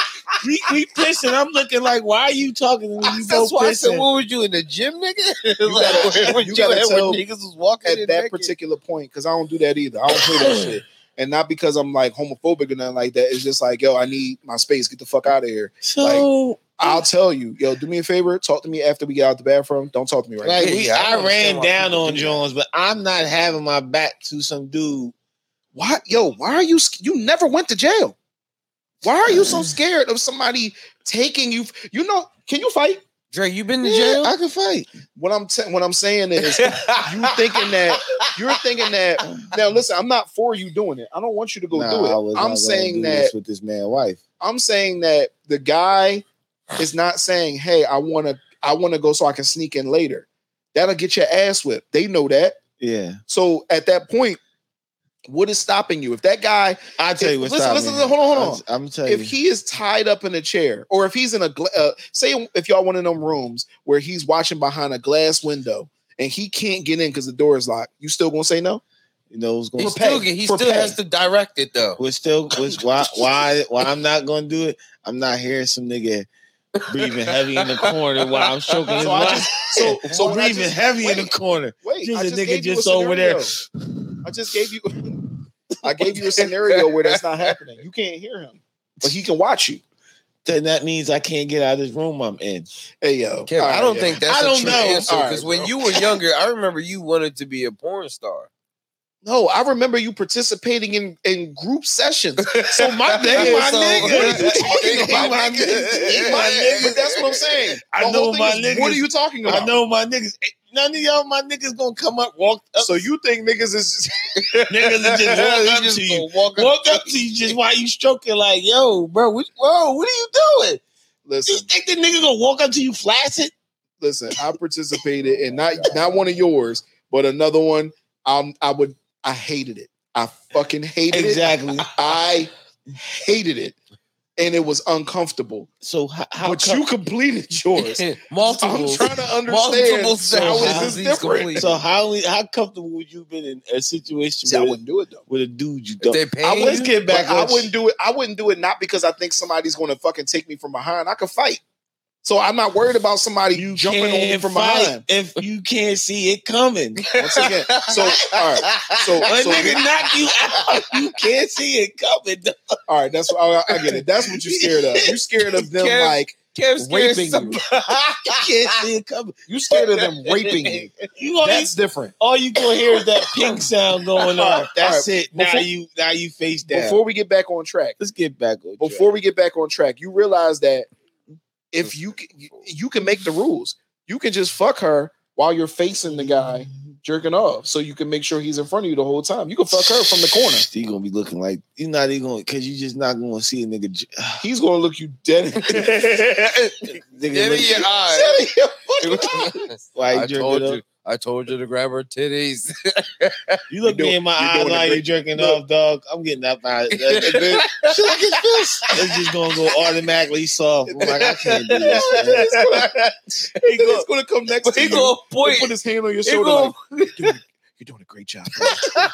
S3: We, we pissing. I'm looking like, why are you talking to me? You both pissing.
S2: what were you in the gym, nigga?
S1: gotta- you gotta tell
S2: was walking
S1: at that particular point because I don't do that either. I don't play that shit. And not because I'm like homophobic or nothing like that. It's just like, yo, I need my space. Get the fuck out of here.
S3: so
S1: I'll tell you, yo, do me a favor. Talk to me after we get out the bathroom. Don't talk to me right
S3: like,
S2: Yeah,
S3: we,
S2: yeah, I
S3: I,
S2: understand
S3: ran
S2: why
S3: down
S2: people
S3: on
S2: do that.
S3: Jones, but I'm not having my back to some dude.
S1: now. Why, yo, why are you? sc- You never went to jail. Why are you so scared of somebody taking you? You know, can you fight?
S2: Dre, you been to
S3: Yeah,
S2: jail?
S3: I can fight.
S1: What I'm t- what I'm saying is, you thinking that you're thinking that. Now, listen, I'm not for you doing it. I don't want you to go
S3: Nah, I
S1: do
S3: was
S1: it.
S3: not
S1: I'm
S3: gonna
S1: saying
S3: do
S1: that
S3: this with this man wife.
S1: I'm saying that the guy is not saying, "Hey, I want to, I want to go so I can sneak in later." That'll get your ass whipped. They know that.
S3: Yeah,
S1: So at that point, what is stopping you? If that guy,
S3: I tell you what.
S1: Listen,
S3: stopped
S1: listen,
S3: me.
S1: listen, hold on, hold on.
S3: I'm telling
S1: if
S3: you.
S1: he is tied up in a chair, or if he's in a gla- uh, say, if y'all one of them rooms where he's watching behind a glass window and he can't get in because the door is locked, you still gonna say no?
S3: You know what's going
S2: he
S1: For
S3: to
S2: still,
S1: pay.
S2: get- he
S1: For
S2: still
S1: pay.
S2: has to direct it though.
S3: We're still which why why why I'm not gonna do it. I'm not hearing some nigga breathing heavy in the corner while I'm stroking his
S1: So I
S3: wife.
S1: just, so, so
S3: so
S1: when I
S3: breathing
S1: just-
S3: heavy in
S1: wait.
S3: the corner.
S1: Wait,
S3: Just
S1: I
S3: a
S1: just
S3: nigga
S1: gave you
S3: just
S1: a
S3: over there.
S1: scenario. I just gave you. I gave you a scenario where that's not happening. You can't hear him, but he can watch you.
S3: Then that means I can't get out of this room I'm in.
S1: Hey yo,
S2: Kev,
S1: all
S2: I
S1: right,
S2: don't
S1: yo.
S2: think that's
S3: I
S2: a
S3: don't
S2: true
S3: know.
S2: answer
S1: All right,
S2: because when
S1: bro.
S2: you were younger, I remember you wanted to be a porn star.
S1: No, I remember you participating in in group sessions. So my
S3: They
S1: nigga,
S3: my nigga.
S1: What are you talking
S3: They my
S1: about?
S3: nigga.
S1: They my nigga. But that's what I'm saying.
S3: I
S1: The whole
S3: know
S1: thing
S3: my
S1: is, What
S3: niggas.
S1: are you talking about?
S3: I know my niggas. eh, None of y'all my niggas gonna come up, walk up.
S1: So you think niggas is
S3: niggas is just
S2: He just gonna Walk
S3: walk up to you.
S2: up.
S3: Walk up to you just while you stroking, like, yo, bro, what, whoa, what are you doing? You
S1: listen?
S3: think the nigga gonna walk up to you flaccid?
S1: Listen, I participated in not not one of yours, but another one. Um, I would. I hated it. I fucking hated it.
S3: Exactly.
S1: I hated it, and it was uncomfortable.
S3: So h- how
S1: but
S3: come-
S1: you completed yours. I'm
S2: multiple.
S1: trying to understand
S2: Multiple
S1: how is
S2: sessions.
S1: this
S2: He's
S1: different.
S2: complete.
S3: So how how comfortable would you been in a situation
S1: See, I
S3: with,
S1: wouldn't do it though.
S3: with a dude you
S2: If
S3: don't?
S2: they pay
S1: I
S3: Let's
S1: wouldn't
S2: you,
S3: get
S1: But
S3: back.
S1: I
S3: on-
S1: wouldn't do it. I wouldn't do it not because I think somebody's going to fucking take me from behind. I could fight, so I'm not worried about somebody jumping on me
S3: can't
S1: from
S3: fight
S1: behind.
S3: if you can't see it coming.
S1: Once again, so all right, so,
S3: That
S1: so
S3: nigga knock you out. You can't see it coming.
S1: all right. That's what I, I get it. That's what you're scared of. You're scared of them
S2: Kev-
S1: like
S2: Kev scared
S1: raping
S2: some-
S1: you.
S3: You can't see it coming.
S1: You're scared of them raping you.
S3: You only,
S1: That's different.
S3: all you gonna hear is that pink sound going on. That's it. Now
S1: Before-
S3: you now you face down.
S1: Before we get back on track,
S3: Let's get back on track.
S1: before we get back on track, you realize that if you c- you- you can make the rules, you can just fuck her while you're facing the guy jerking off, so you can make sure he's in front of you the whole time. You can fuck her from the corner.
S3: You gonna be looking like you're not even gonna because you just not gonna see a nigga. j-
S1: He's gonna look you dead. in the-
S3: nigga
S2: Get
S3: look-
S2: in your eye.
S1: Dead in your fucking eye.
S3: why you
S2: I
S3: jerking
S2: told
S3: up.
S2: you. I told you to grab her titties.
S3: You
S1: You're
S3: look me
S1: doing-
S3: in my
S1: you're
S3: eyes
S1: doing a
S3: while you're
S1: great-
S3: jerking
S1: Look.
S3: off, dog. I'm getting up out. She like his fist. It's just gonna go automatically soft. I'm like, I can't do this. Man.
S1: He's gonna-
S3: He go-
S1: he's gonna come next to
S2: he
S1: you.
S2: gonna
S1: and
S2: point.
S1: Put his hand on your
S2: he
S1: shoulder.
S2: gonna-
S1: like, Dude, you're doing a great job. man.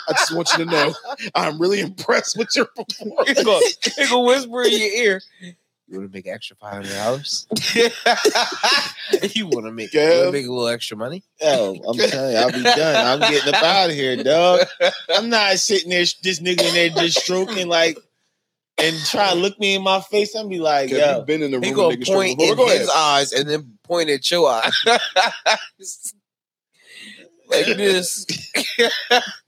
S1: I just want you to know, I'm really impressed with your
S2: he
S1: performance.
S2: gonna- he gonna whisper in your ear. You want to make extra five hundred dollars? you want to make you
S1: Kev.
S2: wanna make a little extra money?
S3: Yo, I'm telling you, I'll be done. I'm getting up out of here, dog. I'm not sitting there, this nigga in there just stroking like, and try to look me in my face. I'm be like,
S1: Kev,
S3: yo,
S1: you've been in the room.
S2: He
S1: with
S2: gonna
S1: niggas
S2: point
S1: before.
S2: in
S1: Go ahead.
S2: his eyes and then point at your eyes like this.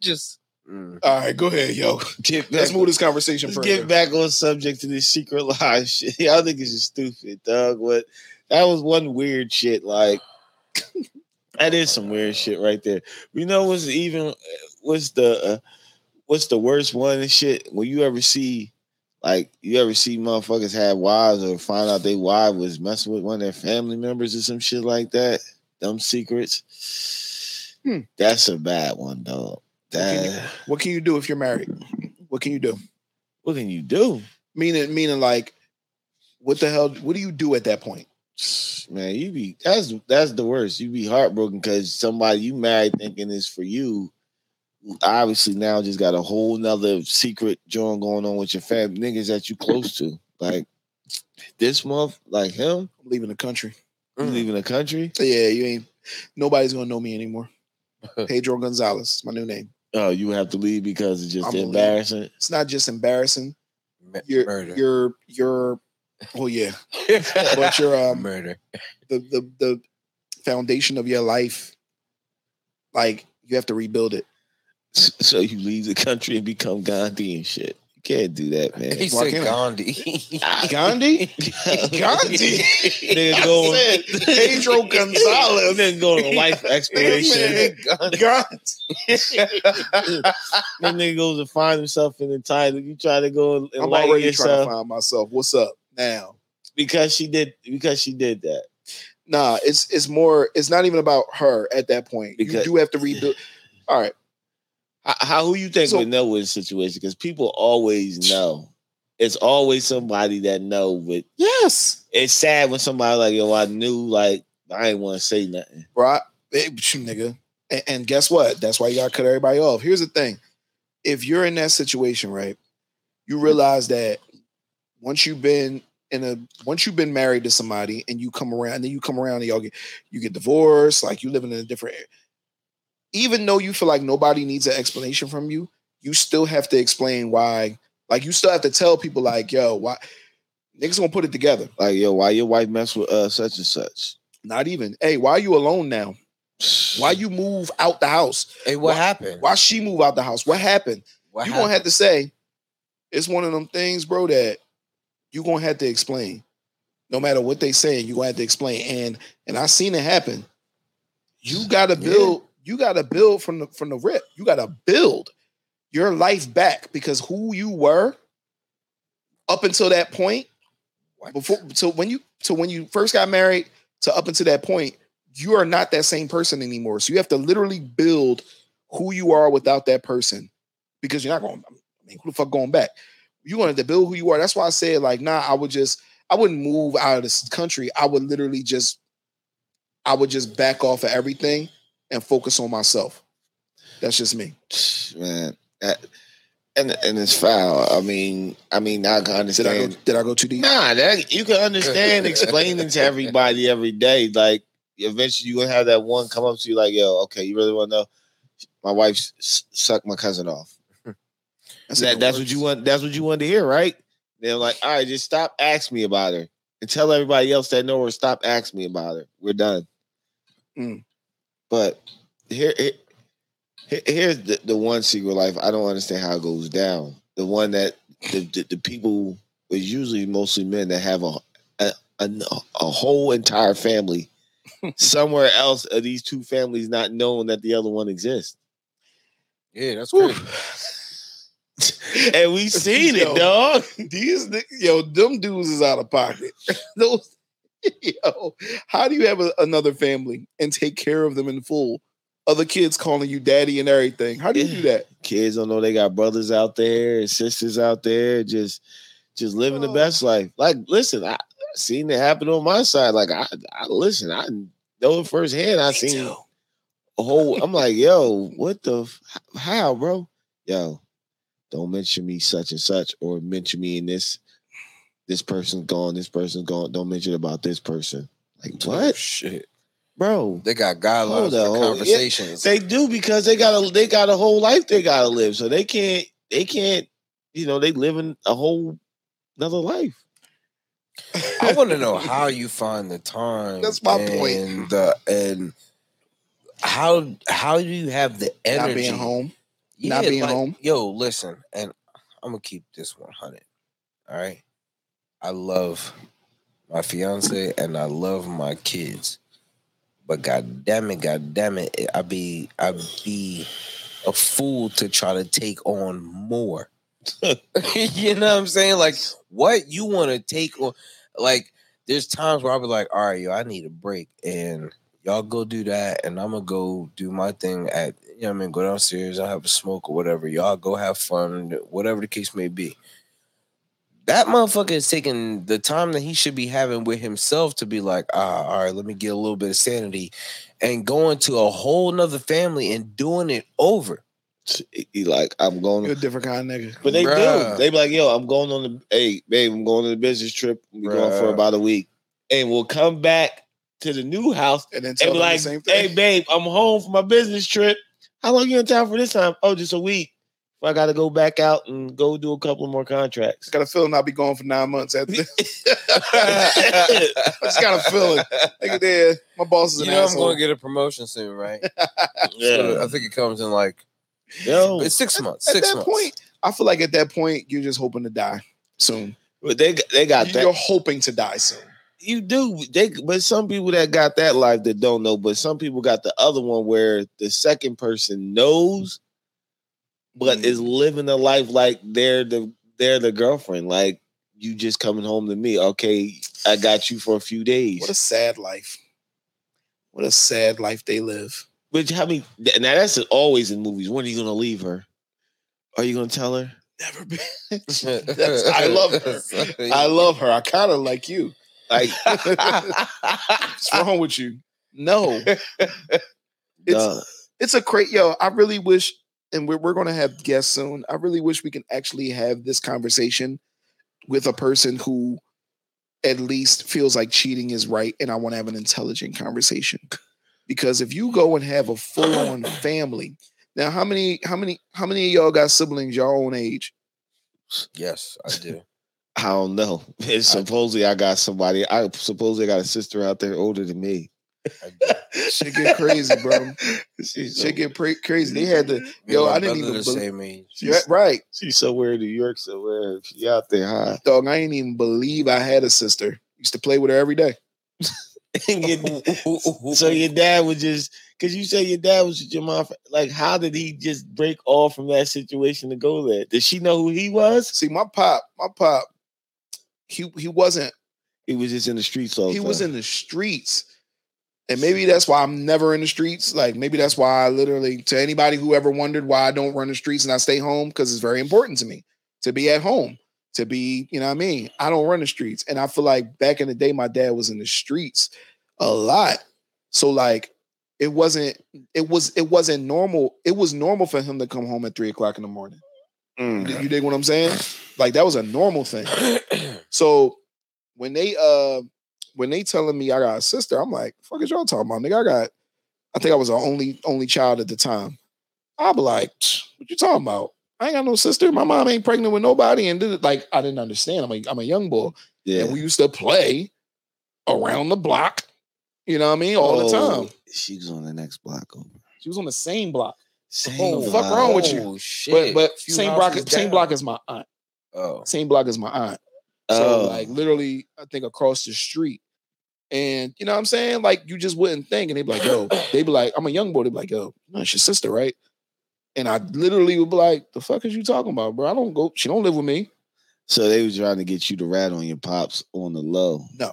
S2: Just mm.
S1: All right, go ahead, yo.
S3: get back,
S1: Let's move this conversation
S3: let's
S1: further.
S3: get back on subject to this secret live shit. Y'all niggas is stupid, dog. What? That was one weird shit. Like, that is some weird shit right there. You know what's even what's the uh, what's the worst one and shit? When you ever see like you ever see motherfuckers have wives or find out they wife was messing with one of their family members or some shit like that? Them secrets.
S1: Hmm.
S3: That's a bad one, dog.
S1: Continue.
S3: That
S1: What can you do if you're married? What can you do?
S3: What can you do,
S1: Meaning, meaning like, what the hell? What do you do at that point?
S3: man? You be that's that's the worst. You be heartbroken because somebody you married thinking is for you. Obviously now just got a whole nother secret joint going on with your fam niggas that you close to. Like this month, like him,
S1: I'm leaving the country.
S3: you
S1: Mm.
S2: mm,
S3: leaving the country.
S1: Yeah, you ain't. Nobody's gonna know me anymore. Pedro Gonzalez, is my new name.
S3: Oh, you have to leave because it's just
S1: I'm leaving.
S3: embarrassing.
S1: It's not just embarrassing.
S2: M-
S1: You're,
S2: murder.
S1: you're, you're. Oh yeah, but your um,
S2: murder.
S1: the the the foundation of your life. Like you have to rebuild it.
S3: S- So you leave the country and become Gandhi and shit. You can't do that, man.
S2: He
S1: why
S2: said
S1: can't I?
S2: Gandhi.
S1: Gandhi, Gandhi.
S3: Nigga
S1: I said Pedro Gonzalez.
S3: Nigga going on life
S1: Man,
S3: exploration.
S1: Gandhi.
S3: That nigga goes and find himself in the title. You try to go and
S1: I'm
S3: enlighten
S1: already trying
S3: yourself
S1: to find myself. What's up now?
S3: because she did because she did that.
S1: Nah, it's it's more. It's not even about her at that point.
S3: Because-
S1: you do have to rebuild. All right,
S3: How, how who you think
S1: So-
S3: would know with the situation? Because people always know. It's always somebody that know, but
S1: yes,
S3: it's sad when somebody like yo, I knew like I ain't want to say nothing.
S1: right, Eh, phew, nigga. And, and guess what? That's why you gotta cut everybody off. Here's the thing: if you're in that situation, right, you realize that once you've been in a once you've been married to somebody and you come around, and then you come around and y'all get you get divorced, like you living in a different. area. Even though you feel like nobody needs an explanation from you, you still have to explain why. Like you still have to tell people, like, yo, why niggas gonna put it together.
S3: Like yo, why your wife mess with uh such and such?
S1: Not even, hey, why you alone now? Why you move out the house?
S2: Hey, what
S1: Why-
S2: happened?
S1: Why she move out the house? What happened?
S2: What
S1: you
S2: happened?
S1: gonna have to say it's one of them things, bro, that you gonna have to explain. No matter what they saying, you gonna have to explain. And and I seen it happen. You gotta
S2: Yeah.
S1: build, you gotta build from the from the rip. You gotta build your life back because who you were up until that point,
S2: What?
S1: before so when you so when you first got married to up until that point, you are not that same person anymore. So you have to literally build who you are without that person because you're not going. I mean, who the fuck going back? You wanted to build who you are. That's why I said like, nah, I would just, I wouldn't move out of this country. I would literally just, I would just back off of everything and focus on myself. That's just me.
S3: man. That, and and it's foul. I mean, I mean, I can
S1: Did I
S3: understand.
S1: go? Did I go too deep?
S3: Nah, that you can understand explaining to everybody every day. Like eventually, you are gonna have that one come up to you like, "Yo, okay, you really want to know? My wife s- s- sucked my cousin off."
S1: That's,
S3: That, that's what you want. That's what you wanted to hear, right? Then I'm like, all right, just stop asking me about her and tell everybody else that know her. Stop asking me about her. We're done.
S1: Mm.
S3: But here, here, here- here's the, the one secret life. I don't understand how it goes down. The one that the the, the people is usually mostly men that have a a, a, a whole entire family somewhere else of these two families not knowing that the other one exists.
S2: Yeah, that's
S1: Whew.
S2: crazy.
S3: And we seen
S1: Yo.
S3: it, dog.
S1: These ni- yo, them dudes is out of pocket. Those yo, how do you have a, another family and take care of them in full? Other kids calling you daddy and everything. How do you do that?
S3: kids don't know they got brothers out there and sisters out there just just living the
S1: Oh.
S3: best life like listen i I seen it happen on my side like i, I listen i know it firsthand i seen a whole i'm like yo what the f- how bro yo don't mention me such and such or mention me in this this person's gone this person's gone don't mention about this person like
S2: Oh,
S3: what
S2: shit.
S3: bro
S2: They got guidelines
S3: Hold on,
S2: for
S3: hold- yeah.
S2: conversations.
S3: they do because they got a they got a whole life they gotta live. So they can't they can't you know they living a whole another life.
S2: I want to know how you find the time.
S1: That's my
S2: and
S1: point.
S2: The, and how how do you have the energy?
S1: Not being home. not being home.
S2: Yo, listen, and I'm gonna keep this 100. All right, I love my fiance and I love my kids, but god damn it, god damn it, I be I be a fool to try to take on more. you know what I'm saying? Like what you want to take on? Like there's times where I'll be like, all right, yo, I need a break, and y'all go do that, and I'm gonna go do my thing at you know what I mean, go downstairs, I'll have a smoke or whatever. Y'all go have fun, whatever the case may be. That motherfucker is taking the time that he should be having with himself to be like, ah, all right, let me get a little bit of sanity and going to a whole nother family and doing it over.
S3: He like, I'm going.
S1: You're a different kind of nigga.
S3: But they
S2: Bruh.
S3: do. They be like, yo, I'm going on the hey, babe, I'm going on the business trip. We're going for
S2: Bruh.
S3: about a week. And we'll come back to the new house
S1: And then
S3: and
S1: tell
S3: be
S1: them
S3: like,
S1: the same
S3: hey
S1: thing.
S3: babe, I'm home for my business trip. How long you in town for this time? Oh, just a week. I gotta go back out and go do a couple more contracts.
S1: I got a feeling I'll be gone for nine months after this.
S2: I
S1: just got a feeling. Nigga, there, my boss is
S2: You
S1: an
S2: know I'm
S1: asshole.
S2: going to get a promotion soon, right? So
S3: Yeah.
S2: I think it comes in like
S3: Yo,
S2: it's six months.
S1: at
S2: Six
S1: that
S2: months.
S1: point, I feel like at that point you're just hoping to die soon.
S3: but they they got
S1: You're
S3: that.
S1: hoping to die soon.
S3: You do. They but some people that got that life that don't know, but some people got the other one where the second person knows
S1: Mm.
S3: but is
S1: Mm-hmm.
S3: living a life like they're the they're the girlfriend. Like you just coming home to me. Okay, I got you for a few
S1: What a
S3: days.
S1: sad life. What a sad life they live.
S3: Which how many? th- Now that's always in movies. When are you gonna leave her? Are you gonna tell her?
S1: Never been. That's- I love her. I
S2: I,
S1: love her. I kind of like you.
S3: Like
S1: What's wrong with you? No,
S3: duh.
S1: it's a great yo. I really wish, and we're we're gonna have guests soon. I really wish we can actually have this conversation with a person who at least feels like cheating is right, and I want to have an intelligent conversation. Because if you go and have a full on family, now how many how many how many of y'all got siblings your own age?
S2: yes, I do.
S3: I don't know. It's supposedly I got somebody. I supposedly got a sister out there older than me.
S2: I do.
S1: Shit get crazy, bro.
S3: She's so,
S1: Shit get pra- crazy. They had to Yo,
S2: Me and
S1: I
S2: my
S1: didn't
S2: brother
S1: even
S2: the
S1: bel-
S2: same age.
S1: Yeah, right,
S3: she's somewhere in New York somewhere. She out there high.
S1: dog. I didn't even believe I had a sister. Used to play with her every day.
S3: so your dad was just because you say your dad was with your mom. for- Like, how did he just break off from that situation to go there? Did she know who he was?
S1: See, my pop, my pop, he he wasn't
S3: He was just in the streets all. the
S1: he was
S3: time.
S1: in the streets. And maybe that's why I'm never in the streets. Like maybe that's why I literally to anybody who ever wondered why I don't run the streets and I stay home because it's very important to me to be at home, to be, you know what I mean? I don't run the streets. And I feel like back in the day my dad was in the streets a lot. So like it wasn't it was it wasn't normal. It was normal for him to come home at three o'clock in the morning.
S3: Mm.
S1: You, you dig what I'm saying? Like that was a normal thing. So when they uh when they telling me I got a sister, I'm like, fuck is y'all talking about? Nigga, I got I think I was the only only child at the time. I'll be like, "Psh, what you talking about? I ain't got no sister. My mom ain't pregnant with nobody. And did it like I didn't understand. I'm a I'm a young boy.
S3: Yeah,
S1: And we used to play around the block, you know what I mean? All
S3: Oh,
S1: the time.
S3: She was on the next block over.
S1: She was on the same block.
S3: Same
S1: Oh, fuck
S3: block.
S1: wrong with you.
S2: Oh,
S1: But
S2: shit.
S1: but
S2: Few
S1: same block,
S2: houses
S1: same
S2: down.
S1: block as my aunt.
S2: Oh,
S1: Same block as my aunt. So
S3: Oh,
S1: like literally, I think across the street. And you know what I'm saying? Like you just wouldn't think. And they'd be like, yo, they'd be like, I'm a young boy. They'd be like, yo, no, it's your sister, right? And I literally would be like, the fuck is you talking about, bro? I don't go, she don't live with me.
S3: so they was trying to get you to rat on your pops on the low.
S1: No.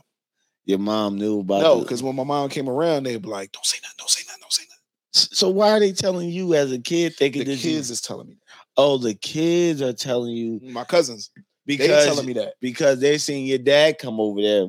S3: your mom knew about.
S1: No,
S3: the-
S1: because when my mom came around, they'd be like, Don't say nothing, don't say nothing, don't say nothing.
S3: so why are they telling you as a kid? Thinking
S1: The
S3: this
S1: kids
S3: Is,
S1: is telling me
S3: oh, the kids are telling you
S1: that. My cousins, they
S3: Mm. because
S1: telling me that.
S3: because they seen your dad come over there.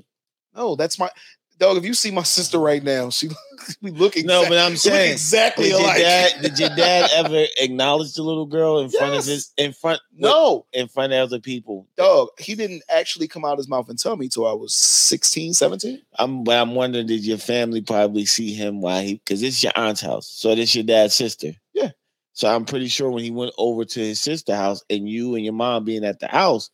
S1: No, that's my dog. If you see my sister right now, she we look exactly,
S3: No, but I'm saying
S1: exactly
S3: Did your
S1: alike.
S3: dad did your dad ever acknowledge the little girl in front of his in front
S1: no,
S3: in front of other people?
S1: dog, he didn't actually come out his mouth and tell me till I was 16, 17.
S3: I'm but I'm wondering did your family probably see him while he because this is your aunt's house, so this your dad's sister.
S1: Yeah.
S3: So I'm pretty sure when he went over to his sister house and you and your mom being at the house,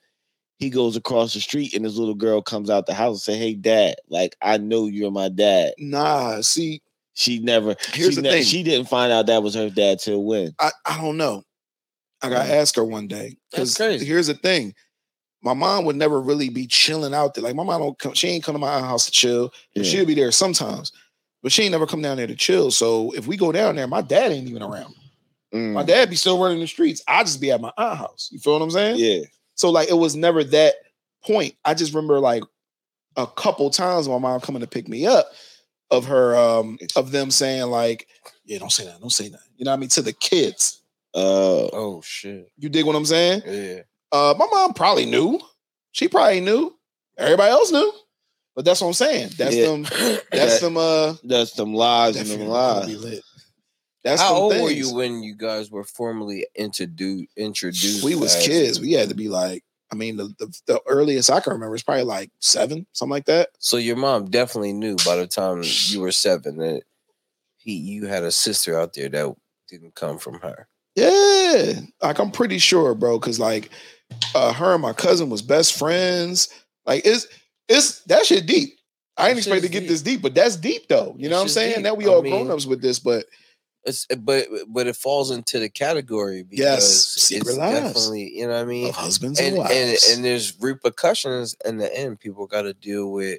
S3: he goes across the street and this little girl comes out the house and say, "Hey, dad, like I know you're my dad."
S1: Nah, see,
S3: She never.
S1: Here's
S3: she
S1: the thing.
S3: She didn't find out that was her dad till when.
S1: I, I don't know. I gotta ask her one day.
S2: That's
S1: 'Cause
S2: crazy.
S1: Here's the thing. My mom would never really be chilling out there. Like my mom don't come, she ain't come to my house to chill.
S3: Yeah.
S1: She'll be there sometimes, but she ain't never come down there to chill. So if we go down there, my dad ain't even around.
S3: Mm.
S1: My dad be still running the streets. I just be at my aunt house. You feel what I'm saying?
S3: Yeah.
S1: So like it was never that point. I just remember like a couple times my mom coming to pick me up of her um of them saying like, yeah, don't say that, don't say that. You know what I mean? To the kids.
S3: Uh.
S2: oh shit.
S1: You dig what I'm saying?
S2: Yeah.
S1: Uh my mom probably knew. She probably knew. Everybody else knew. But that's what I'm saying. That's
S3: Yeah.
S1: them. That's
S3: That-
S1: them. Uh,
S3: That's them lies
S1: that
S3: and them
S1: funeral gonna be
S3: lies.
S1: lit. That's
S2: How
S1: them
S2: old
S1: things.
S2: were you when you guys were formally introduced? Introduced?
S1: We was
S2: as-
S1: kids. We had to be like. I mean, the, the, the earliest I can remember is probably like seven, something like that.
S2: So your mom definitely knew by the time you were seven that he you had a sister out there that didn't come from her.
S1: Yeah, like I'm pretty sure, bro. Because like, uh, her and my cousin was best friends. Like, it's it's that shit deep. I didn't
S2: That
S1: expect to
S2: shit's
S1: get
S2: deep.
S1: this deep, but that's deep though. You
S2: That
S1: know what I'm
S2: shit's
S1: saying?
S2: deep.
S1: Now we
S2: I
S1: all
S2: mean-
S1: grown ups with this, but
S2: It's but but it falls into the category because
S1: Yes, secret
S2: it's
S1: lives.
S2: definitely you know what I mean.
S1: of husbands and,
S2: And, and
S1: wives.
S2: and there's repercussions in the end. People got to deal with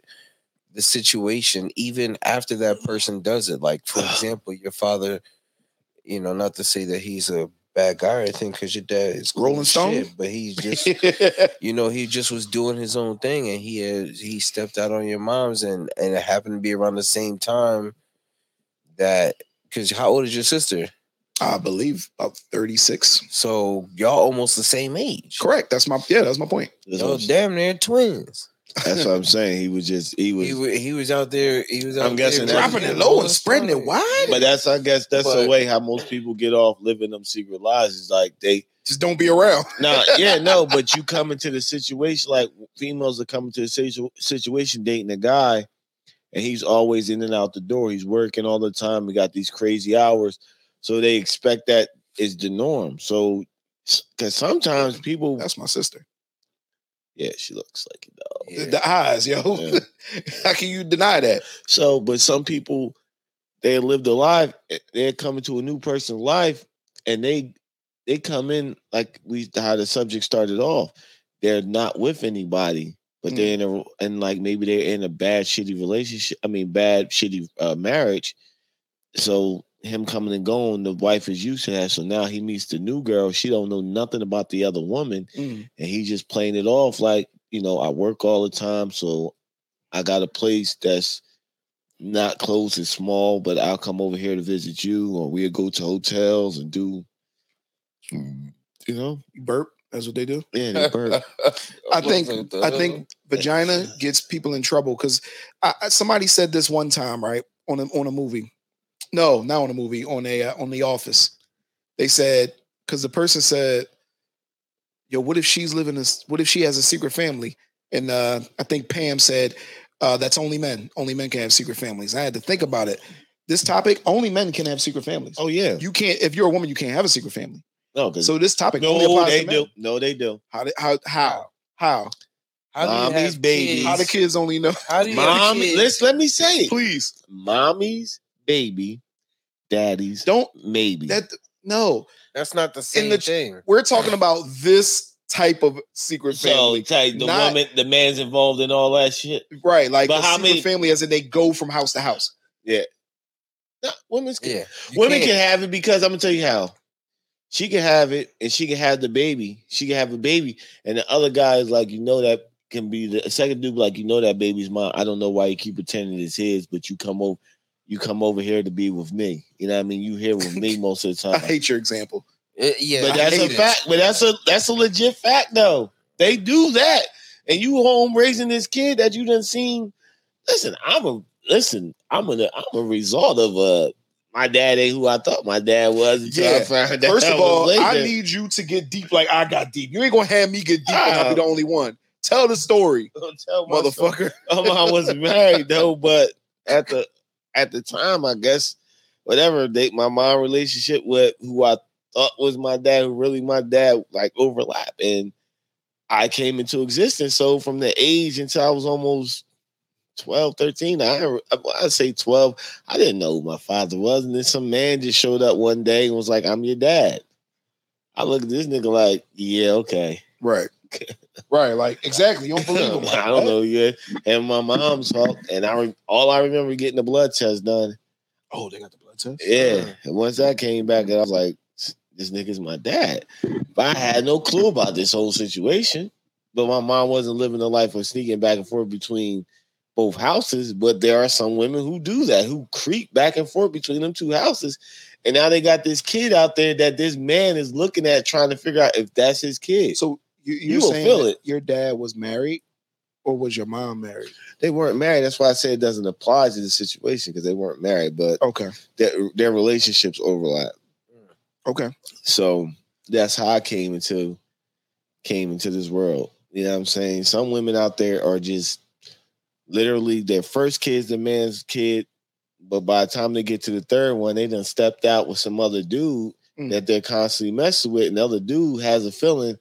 S2: the situation even after that
S1: Mm-hmm.
S2: person does it. Like for example, your father. You know, not to say that he's a bad guy or anything, because your dad is cool
S1: Rolling
S2: as
S1: Stone?
S2: shit, but he's just you know, he just was doing his own thing, and he had, he stepped out on your mom's, and and it happened to be around the same time that because how old is your sister?
S1: I believe about 36.
S2: So y'all almost the same age.
S1: Correct. That's my yeah. That's my point.
S3: That's what
S2: Y'all
S3: I'm saying.
S2: damn near twins.
S3: That's what I'm saying. He was just he was.
S2: He was, he was out there. He was out
S3: I'm
S2: there
S3: guessing that's-
S1: Dropping it low and spreading it wide.
S3: But that's I guess that's the
S2: But-
S3: way how most people get off living them secret lies. Is like they
S1: Just don't be around.
S3: no yeah no, but you come into the situation like females are coming to the situ- situation dating a guy, and he's always in and out the door. He's working all the time. We got these crazy hours, so they expect that is the norm. So because sometimes people
S1: That's my sister.
S3: yeah she looks like a dog.
S1: The,
S2: Yeah.
S1: the eyes, yo.
S3: Yeah.
S1: How can you deny that?
S3: So, but some people they lived a life, eh, they're coming to a new person's life, and they they come in like we how the subject started off. They're not with anybody, but they're in a and like maybe they're in a bad shitty relationship. I mean, bad shitty uh, marriage. So him coming and going, the wife is used to that. So now he meets the new girl. She don't know nothing about the other woman
S2: Mm.
S3: and he just playing it off like you know I work all the time, so I got a place that's not close and small, but I'll come over here to visit you, or we'll go to hotels and do, you know,
S1: You burp. That's what they do.
S3: yeah, they burp.
S1: I think I think vagina gets people in trouble because I, I- somebody said this one time, right? On a on a movie, no, not on a movie, on a uh, on The Office. They said because the person said, "Yo, what if she's living this? What if she has a secret family?" And uh, I think Pam said, uh, "That's only men. Only men can have secret families." I had to think about it. This topic, only men can have secret families.
S3: oh yeah,
S1: You can't if you're a woman, you can't have a secret family.
S3: no, 'cause-
S1: So this topic only
S3: no,
S1: applies
S3: they
S1: to men.
S3: do, no, they do.
S1: How did- how how how
S3: Mommy's babies.
S1: how the kids only know?
S2: How do you have
S3: Mommy,
S2: kids?
S3: let's let me say it.
S1: Please
S3: Mommy's baby, daddy's
S1: don't
S3: maybe.
S1: that no
S2: That's not the same
S1: the-
S2: thing.
S1: we're talking about this type of secret
S3: so
S1: family
S3: like the
S1: not-
S3: woman, the man's involved in all that shit.
S1: right like
S3: But
S1: a
S3: how
S1: secret
S3: many-
S1: family as in they go from house to house
S3: No, women's can
S2: Yeah, you
S3: Women
S2: can't-
S3: can have it because I'm gonna tell you how. She can have it, and she can have the baby. She can have a baby, and the other guy is like, you know, that can be the second dude. Like, you know, that baby's mine. I don't know why you keep pretending it's his, but you come over, you come over here to be with me. You know, what I mean, you here with me most of the
S1: i
S3: time.
S1: hate your example
S2: Uh, yeah,
S3: but
S2: I
S3: that's a
S2: hate it.
S3: fact. But that's a that's a legit fact, though. They do that, and you home raising this kid that you done seen. Listen, I'm a listen. I'm a I'm a result of uh my dad ain't who I thought my dad was until I
S1: Yeah.
S3: found out.
S1: first of
S3: was
S1: all i
S3: later.
S1: need you to get deep like i got deep you ain't gonna have me get deep and i
S3: Ah.
S1: be the only one tell the story
S3: Don't tell my son.
S1: motherfucker
S3: Um, I was married though, but at the at the time, I guess whatever they my mom relationship with who I thought was my dad, who really my dad, like overlap, and I came into existence. So from the age until I was almost 12, 13, I I say twelve, I didn't know who my father was, and then some man just showed up one day and was like, "I'm your dad." I look at this nigga like, yeah, okay.
S1: right right like exactly you don't believe him
S3: I don't know yet. And my mom's fault. And I re- all I remember getting the blood test done.
S1: oh they got the blood test
S3: Yeah. And once that came back, I was like, this nigga's my dad. But I had no clue about this whole situation. But my mom wasn't living a life of sneaking back and forth between both houses. But there are some women who do that, who creep back and forth between them two houses. And now they got this kid out there that this man is looking at trying to figure out if that's his kid.
S1: so you,
S3: You
S1: you're
S3: will
S1: saying
S3: feel
S1: that
S3: it.
S1: your dad was married or was your mom married?
S3: They weren't married. That's why I say it doesn't apply to the situation because they weren't married, but
S1: Okay.
S3: their, their relationships overlap.
S1: Okay.
S3: So that's how I came into came into this world. You know what I'm saying? Some women out there are just literally their first kid's the man's kid, but by the time they get to the third one, they done stepped out with some other dude
S1: Mm.
S3: that they're constantly messing with, and the other dude has a feeling.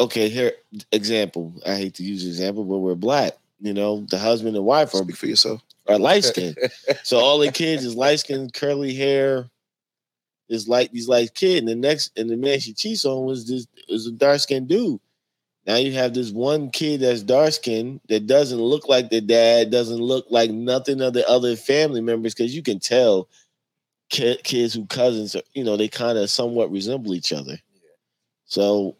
S3: Okay, here example. I hate to use example, but we're black. You know, the husband and wife are
S1: Speak for yourself.
S3: are light skinned. so all the kids is light skinned, curly hair, is like these light kid. And the next and the man she cheats on was this is a dark skinned dude. Now you have this one kid that's dark skinned that doesn't look like the dad, doesn't look like nothing of the other family members, because you can tell ki- kids who cousins are, you know, they kind of somewhat resemble each other. So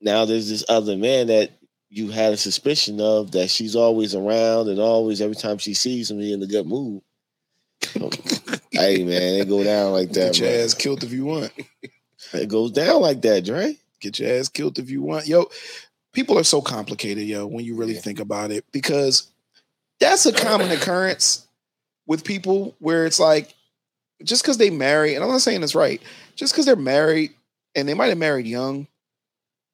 S3: now there's this other man that you had a suspicion of that she's always around and always every time she sees him he in a good mood. hey man, it go down like that.
S1: Get your
S3: bro.
S1: ass killed if you want.
S3: It goes down like that, Dre.
S1: Get your ass killed if you want. Yo, people are so complicated, yo, when you really
S2: Yeah.
S1: think about it, because that's a common occurrence with people where it's like just because they marry, and I'm not saying it's right, just because they're married and they might have married young,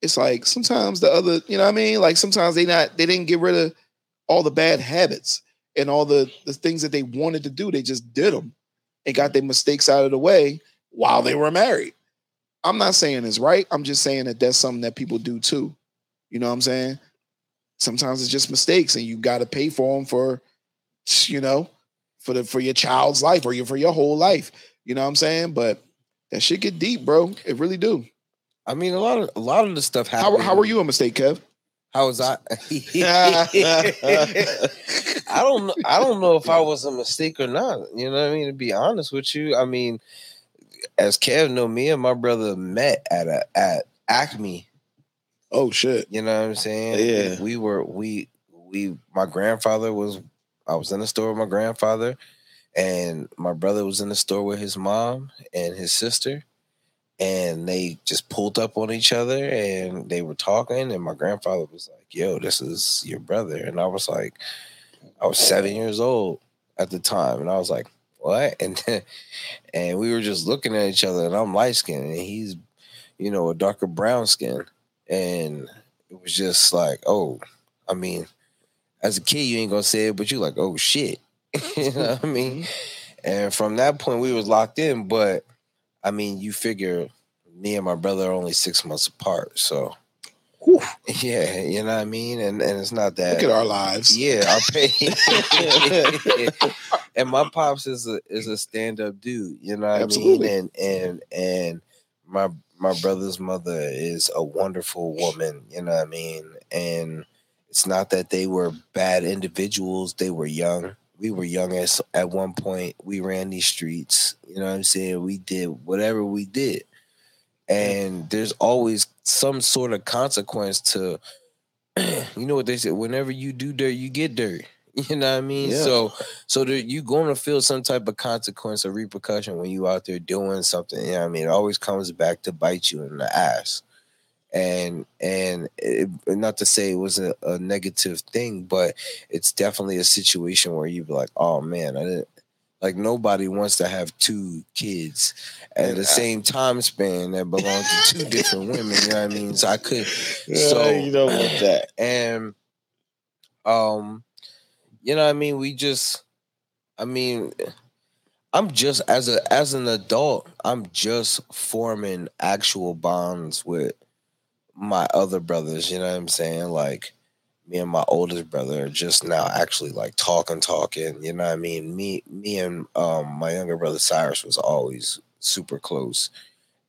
S1: it's like sometimes the other, you know what I mean? Like sometimes they not they didn't get rid of all the bad habits and all the the things that they wanted to do, they just did them and got their mistakes out of the way while they were married. I'm not saying it's right. I'm just saying that that's something that people do too. You know what I'm saying? Sometimes it's just mistakes, and you got to pay for them for, you know, for the for your child's life or your for your whole life. You know what I'm saying? But that shit get deep, bro. It really do.
S2: I mean, a lot of a lot of the stuff
S1: How
S2: happened.
S1: how were you a mistake, Kev?
S2: How was I? I don't know. I don't know if I was a mistake or not. You know what I mean? To be honest with you, I mean, as Kev know, me and my brother met at a at Acme.
S1: Oh shit.
S2: You know what I'm saying?
S3: Yeah.
S2: We, we were we we my grandfather was I was in the store with my grandfather and my brother was in the store with his mom and his sister and they just pulled up on each other and they were talking and my grandfather was like, "Yo, this is your brother." And I was like I was 7 years old at the time and I was like, "What?" And and we were just looking at each other and I'm light-skinned and he's you know, a darker brown skin and it was just like, oh, I mean, as a kid, you ain't gonna say it, but you like, oh shit, you know what I mean? And from that point, we was locked in. But I mean, you figure me and my brother are only six months apart, so
S1: Whew.
S2: yeah, you know what I mean. And and it's not that
S1: Look at our lives.
S2: yeah, I'll pay. and my pops is a is a stand up dude, you know what
S1: Absolutely.
S2: I mean? And and and my my brother's mother is a wonderful woman, you know what I mean? And it's not that they were bad individuals, they were young. We were young as at one point. We ran these streets, you know what I'm saying? We did whatever we did. And there's always some sort of consequence to you know what they said whenever you do dirt you get dirt you know what i mean
S3: Yeah.
S2: so so there, you're going to feel some type of consequence or repercussion when you out there doing something you know what i mean it always comes back to bite you in the ass and and it, not to say it was a, a negative thing but it's definitely a situation where you be like oh man i didn't like nobody wants to have two kids at
S3: And
S2: the
S3: I-
S2: same time span that belong to two different women. You know what I mean? So I could
S3: So
S2: So-
S3: you don't want that.
S2: and um you know what i mean we just i mean i'm just as a as an adult i'm just forming actual bonds with my other brothers you know what i'm saying like me and my oldest brother are just now actually like talking talking you know what i mean me me and um my younger brother cyrus was always super close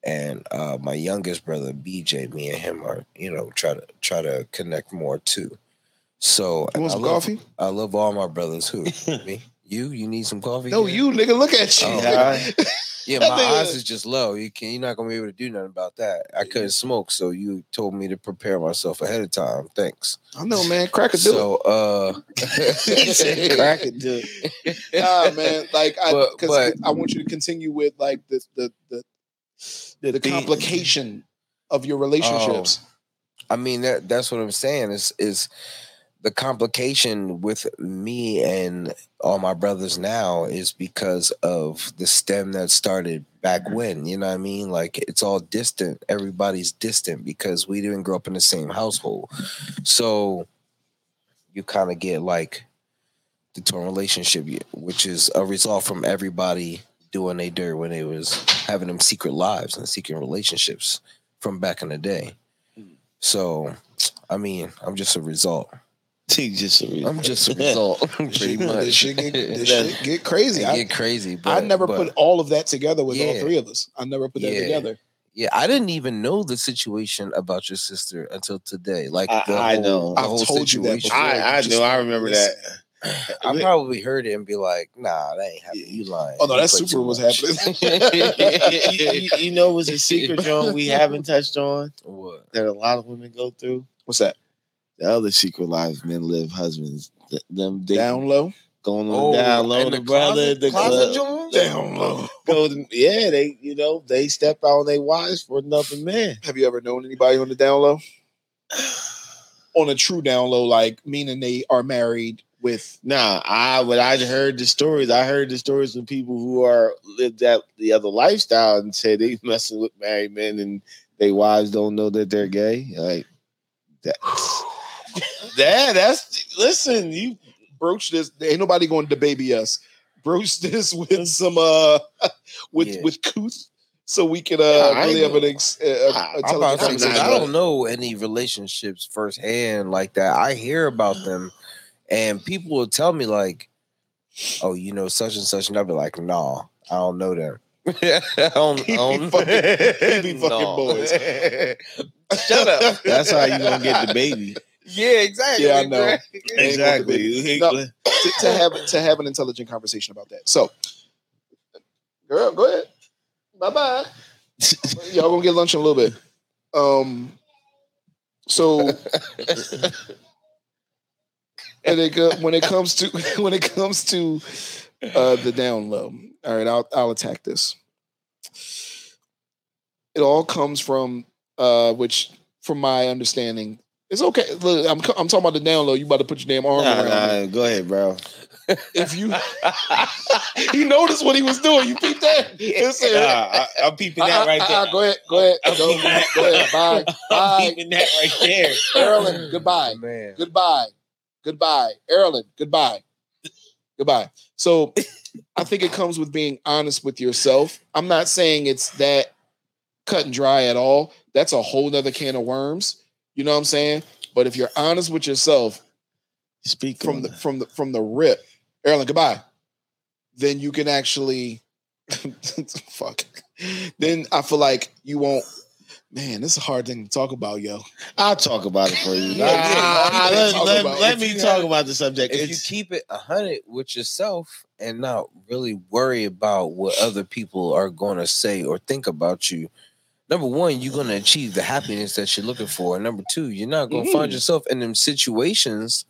S2: and uh, my youngest brother BJ, me and him are you know try to try to connect more too. So
S1: You want
S2: I
S1: some
S2: love
S1: coffee?
S2: I love all my brothers. Who me? You? You need some coffee?
S1: No,
S2: Yeah.
S1: you nigga, look at you.
S2: Oh,
S3: yeah.
S2: Yeah,
S1: I
S2: my
S1: think-
S2: eyes is just low. You can you're not gonna be able to do nothing about that. I couldn't smoke, so you told me to prepare myself ahead of time. Thanks.
S1: I know, man. Crack a dude.
S2: So uh,
S3: Crack it, dude.
S1: nah, man. Like, I,
S2: But-
S1: cause
S2: but-
S1: I want you to continue with like the the the, the,
S3: The
S2: Oh,
S1: complication of your relationships.
S2: I mean that that's what I'm saying is is the complication with me and all my brothers now is because of the stem that started back when, you know what I mean? Like it's all distant. Everybody's distant because we didn't grow up in the same household. So you kind of get like the torn relationship, which is a result from everybody doing they dirt when they was having them secret lives and secret relationships from back in the day. So, I mean, I'm just a result.
S3: just a reason.
S2: I'm just a result, pretty
S1: This
S2: much.
S1: shit get, this
S3: That-
S1: shit get
S2: It
S1: crazy. I,
S2: get crazy.
S1: I
S2: But,
S1: never
S2: but-
S1: put all of that together with all
S2: Yeah.
S1: three of us. I never put that
S2: Yeah.
S1: together.
S2: Yeah, I didn't even know the situation about your sister until today. Like
S3: I-
S2: the
S3: I
S2: whole-
S3: know.
S2: the
S1: I've
S2: whole
S1: told you that
S2: situation.
S1: before.
S3: I, I know. I remember that.
S2: I probably heard it and be like, "Nah, that ain't happening. You lying."
S1: Oh, no,
S2: You
S1: that
S2: play
S1: super
S2: too
S1: was
S2: much."
S3: you, you- you know, was a secret, John. We haven't touched on
S2: what?
S3: that a lot of women go through.
S1: What's that?
S3: The other secret lives men live, husbands. th- Them dating,
S1: Down low.
S3: going on
S2: Oh,
S3: down low,
S2: and
S3: the, brother,
S2: closet-
S3: the
S2: closet
S3: club.
S2: joint?
S1: Down low.
S3: go to- yeah, they you know they step out on their wives for another man.
S1: Have you ever known anybody on the down low? on a true down low, like meaning they are married with
S3: Nah, I when I heard the stories, I heard the stories from people who are lived that the other lifestyle and say they messing with married men and they wives don't know that they're gay. Like that's that that's listen, you
S1: broach this. Ain't nobody going to baby us. Broach this with some uh with
S2: Yeah.
S1: with couth so we can uh
S3: Yeah, I
S1: really have an
S3: know.
S1: ex- uh,
S3: I-
S1: uh,
S3: I'm
S2: I'm about to say, 'cause
S1: intelligent
S3: say,
S2: I
S1: conversation.
S2: don't know any relationships firsthand like that. I hear about them, and people will tell me like, "Oh, you know such and such," and I'll be like, "Nah, I don't know them." I don't, I
S1: He be
S2: don't-
S1: fucking- he be fucking boys.
S2: Shut up.
S3: that's how you gonna get the baby.
S2: Yeah, exactly.
S1: Yeah, I know.
S2: bruh.
S3: Exactly.
S1: No. to, to have to have an intelligent conversation about that. So, girl, go ahead. Bye bye. Y'all gonna get lunch in a little bit. Um. So, when it go- when it comes to when it comes to uh, the down low, all right, I'll I'll attack this. It all comes from uh, which, from my understanding, it's okay. Look, I'm I'm talking about the down low. You about to put your damn arm
S3: Nah,
S1: around me
S3: nah, go ahead, bro.
S1: if you he noticed what he was doing. You peeped that. It's
S3: Nah,
S1: a,
S3: I, I'm peeping that right there.
S1: uh, go ahead, go ahead,
S3: I'm
S1: go,
S3: peeping-
S1: go ahead. Bye,
S3: I'm
S1: bye,
S3: keeping that right there.
S1: Erlen. Goodbye,
S2: man.
S1: goodbye, goodbye, Erlen. Goodbye, goodbye. So, I think it comes with being honest with yourself. I'm not saying it's that cut and dry at all. That's a whole nother can of worms. You know what I'm saying? But if you're honest with yourself,
S3: Speak
S1: from the from the from the rip, Erlen, goodbye. Then you can actually fuck. Then I feel like you won't. Man, this is a hard thing to talk about, yo.
S3: I'll talk about it for you.
S2: Yeah,
S3: Nah,
S1: yeah.
S3: let,
S1: Talk
S3: let-
S1: about it.
S3: let
S2: If
S3: me
S2: you
S3: talk
S2: have-
S3: about the subject.
S2: If you
S3: It's-
S2: keep it a hundred with yourself and not really worry about what other people are going to say or think about you, number one, you're going to achieve the happiness that you're looking for. And number two, you're not going to find
S1: Mm.
S2: yourself in them situations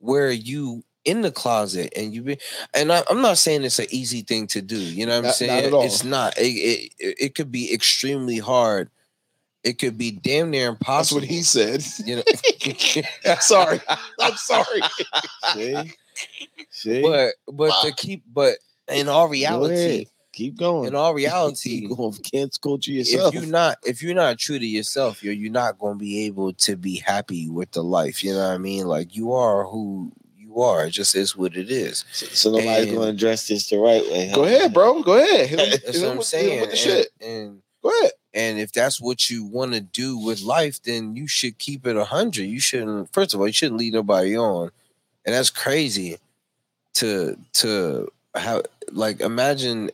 S2: where you in the closet and you be and I, i'm not saying it's an easy thing to do you know what i'm
S1: Not-
S2: saying
S1: not at all.
S2: it's not it, it it could be extremely hard it could be damn near
S1: That's
S2: impossible
S1: what he said.
S2: you know
S1: sorry, I'm sorry.
S3: see, see,
S2: but but to keep but in all
S3: ahead.
S2: reality
S3: keep going.
S2: in all reality
S3: Keep going. Can't culture
S2: if
S3: yourself.
S2: you're not if you're not true to yourself you're you're not going to be able to be happy with the life you know what i mean like you are who you are it just is what it is
S3: so so nobody's
S2: and-
S3: going to address this the right way. huh?
S1: Go ahead, bro. Go ahead. Hit him- hit
S2: that's
S1: him
S2: what i'm
S1: with- hit him
S2: saying
S1: with the
S2: And-
S1: shit.
S2: and
S1: Go ahead.
S2: And if that's what you want to do with life, then you should keep it 100. You shouldn't, first of all, you shouldn't lead nobody on. And that's crazy to, to have, like, imagine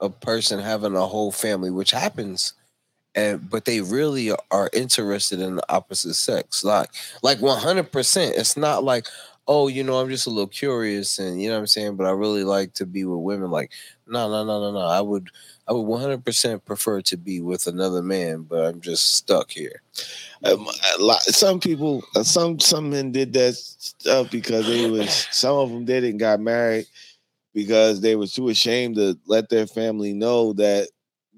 S2: a person having a whole family, which happens. And, but they really are interested in the opposite sex, like like one hundred percent. It's not like, oh, you know, I'm just a little curious, and you know what I'm saying. But I really like to be with women. Like, no, no, no, no, no. I would I would 100% prefer to be with another man, but I'm just stuck here.
S3: Um, a lot, some people, uh, some some men did that stuff because they was. Some of them did it and got married because they were too ashamed to let their family know that